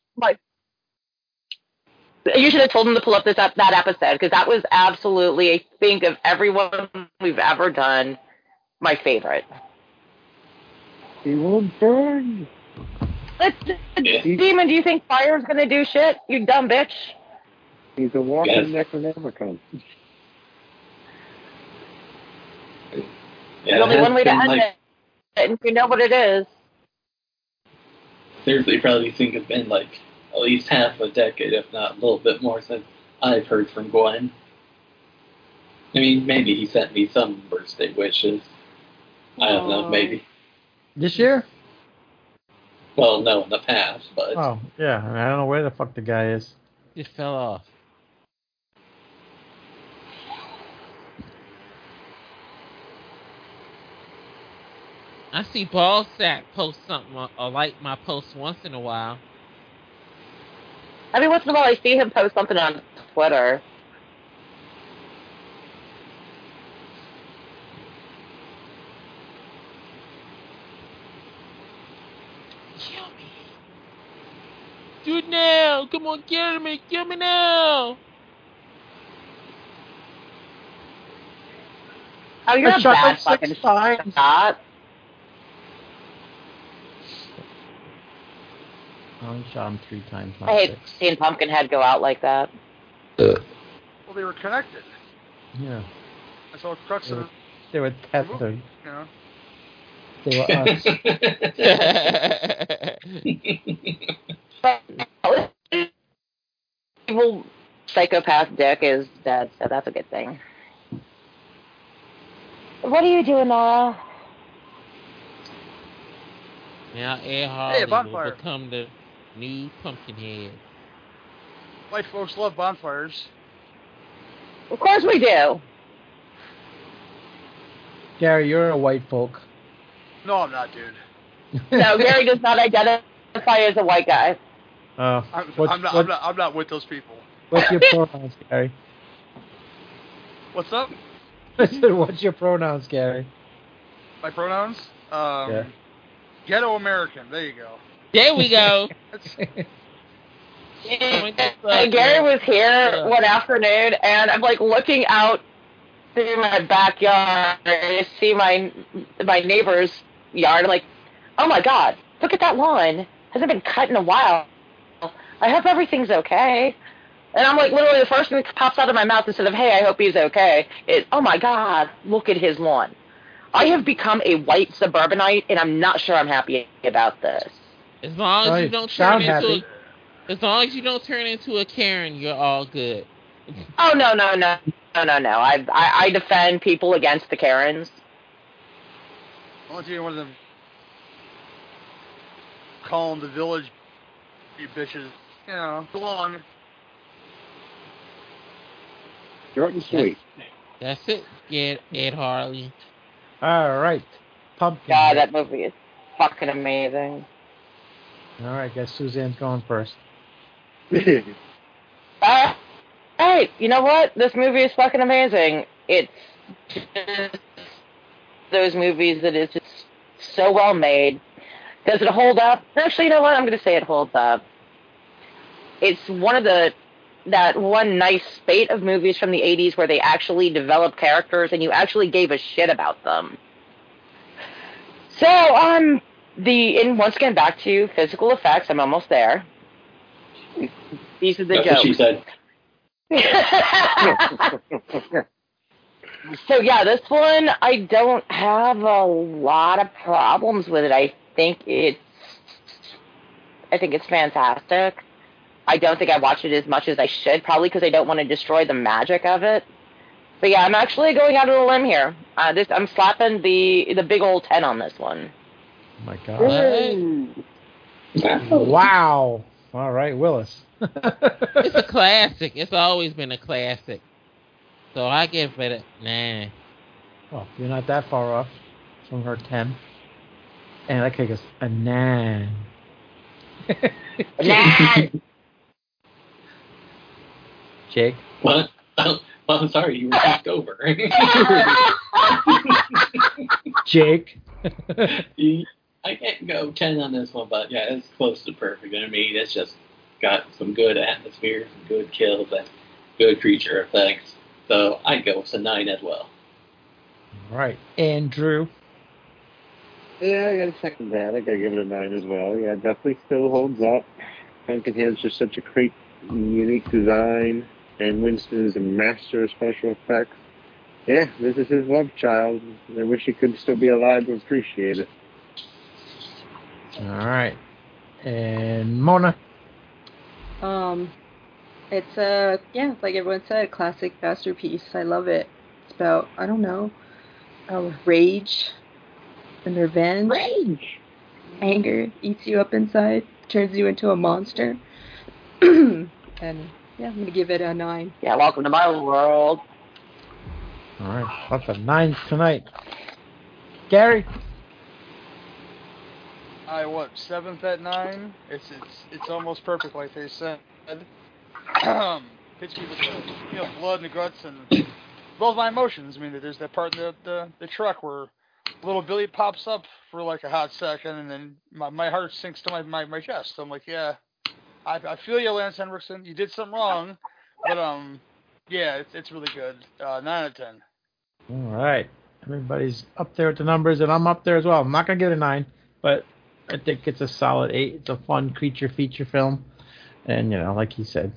G: You should have told him to pull up this up that episode because that was absolutely, I think, of everyone we've ever done, my favorite.
E: He will burn.
G: Let's,
F: Yeah.
G: Demon, do you think fire's gonna do shit? You dumb bitch.
E: He's a walking
F: Yes.
E: Necronomicon.
F: Yeah,
G: There's only
F: that's
G: one way to
F: been,
G: end
F: like,
G: it, and you know what it is.
F: Seriously, probably think it's been like at least half a decade, if not a little bit more, since I've heard from Gwen. I mean, maybe he sent me some birthday wishes. I don't know,
C: Aw.
F: maybe.
A: This year?
F: Well, no, in the past, but
A: Oh, yeah. I, mean, I don't know where the fuck the guy is.
B: Just fell off. I see Ballsack post something or, or like my post once in a while.
G: Every once in a while, I see him post something on Twitter.
B: Kill me. Do it now. Come on, kill me. Kill me now.
G: Oh, you're
A: I
G: a
A: shot
G: bad
A: him six
G: fucking
A: times.
G: shot.
A: I only Oh, shot him three times. not
G: I hate
A: six.
G: seeing Pumpkinhead go out like that.
D: Well, they were connected.
A: Yeah.
D: That's all crux of it,
A: They were tethered.
D: you know.
A: They were us.
G: But evil psychopath Dick is dead, so that's a good thing. What are you doing, Nora?
B: now Ed Hardy will
D: bonfire.
B: become the new Pumpkinhead.
D: White folks love bonfires.
G: Of course we do.
A: Gary, you're a white folk.
D: No, I'm not, dude.
G: No, Gary does not identify as a white guy.
A: Uh,
D: I'm,
A: what's,
D: I'm, not,
A: what-
D: I'm not. I'm not with those people.
A: what's your pronouns, Gary?
D: What's up?
A: I said, what's your pronouns, Gary?
D: My pronouns? Um,
A: Yeah.
D: Ghetto American. There you go.
B: There we go.
D: That's,
G: And Gary was here one afternoon, and I'm like looking out through my backyard and I see my my neighbor's yard. I'm like, Oh my God! Look at that lawn. Hasn't been cut in a while. I hope everything's okay. And I'm like, literally, the first thing that pops out of my mouth instead of "Hey, I hope he's okay" is, "Oh my God! Look at his lawn." I have become a white suburbanite, and I'm not sure I'm happy about this.
B: As long as
A: Oh,
B: you
A: you
B: don't turn
A: sound
B: into
A: happy.
B: a, as long as you don't turn into a Karen, you're all good.
G: Oh no no no no no no! I I, I defend people against the Karens.
D: I want to be one of them. Call 'em the village, you bitches. You know, go on.
E: Short and sweet.
B: That's it, Ed, Ed Harley.
A: All right. Pumpkin.
G: God, that movie is fucking amazing.
A: All right, guess Suzanne's going first.
G: Uh, hey, you know what? This movie is fucking amazing. It's just those movies that is just so well made. Does it hold up? Actually, you know what? I'm going to say it holds up. It's one of the that one nice spate of movies from the 80s where they actually developed characters and you actually gave a shit about them. So, um, the and once again back to physical effects. I'm almost there. These are the
F: That's
G: jokes.
F: what she said.
G: so yeah, this one I don't have a lot of problems with it. I think it's I think it's fantastic. I don't think I watched it as much as I should, probably because I don't want to destroy the magic of it. But yeah, I'm actually going out on a limb here. Uh, this I'm slapping the the big old ten on this one.
A: Oh my
B: What?
A: God.
F: Wow.
A: Wow. All right, Willis.
B: it's a classic. It's always been a classic. So I give it a nah.
A: Well, you're not that far off from her 10. And that cake is a 9.
G: Nah,
A: Jake?
F: What? Oh, well, I'm sorry, you were back over.
A: Jake?
F: I can't go 10 on this one, but yeah, it's close to perfect. I mean, it's just got some good atmosphere, some good kills, and good creature effects. So I'd go with a 9 as well.
A: All right. Andrew?
E: Yeah, I gotta second that. I gotta give it a nine as well. Yeah, it definitely still holds up. Pumpkin Head's just such a great, unique design, and Winston is a master of special effects. Yeah, this is his love child. I wish he could still be alive to appreciate it.
A: All right. And Mona?
C: Um, it's a yeah, like everyone said, a classic masterpiece. I love it. It's about I don't know, uh, rage and revenge. Rage, anger eats you up inside, turns you into a monster. and yeah, I'm gonna give it a nine.
G: yeah, welcome to my world.
A: All right. That's a 9 tonight. Gary?
D: I what seventh at nine? It's it's it's almost perfect, like they said. Hits me with the you know blood and the guts and both my emotions. I mean, there's that part in the the, the truck where little Billy pops up for like a hot second, and then my, my heart sinks to my, my, my chest. I'm like, yeah, I, I feel you, Lance Henriksen. You did something wrong, but um, yeah, it's it's really good. Uh, nine out of ten.
A: All right. Everybody's up there with the numbers, and I'm up there as well. I'm not going to give it a 9, but I think it's a solid 8. It's a fun creature feature film. And, you know, like he said,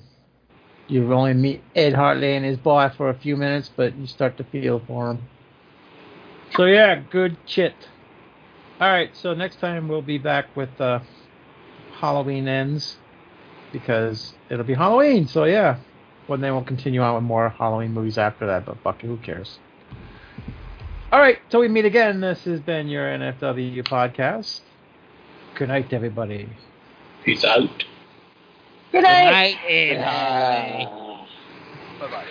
A: you only meet Ed Hartley and his boy for a few minutes, but you start to feel for him. So, yeah, good chit. All right, so next time we'll be back with uh, Halloween Ends because it'll be Halloween. So, yeah, when they will continue on with more Halloween movies after that, but fuck it, who cares? All right, till we meet again, this has been your NFW podcast. Good night, everybody.
F: Peace out.
G: Good
B: Good
G: night.
B: night, Ed Harley.
D: Bye bye.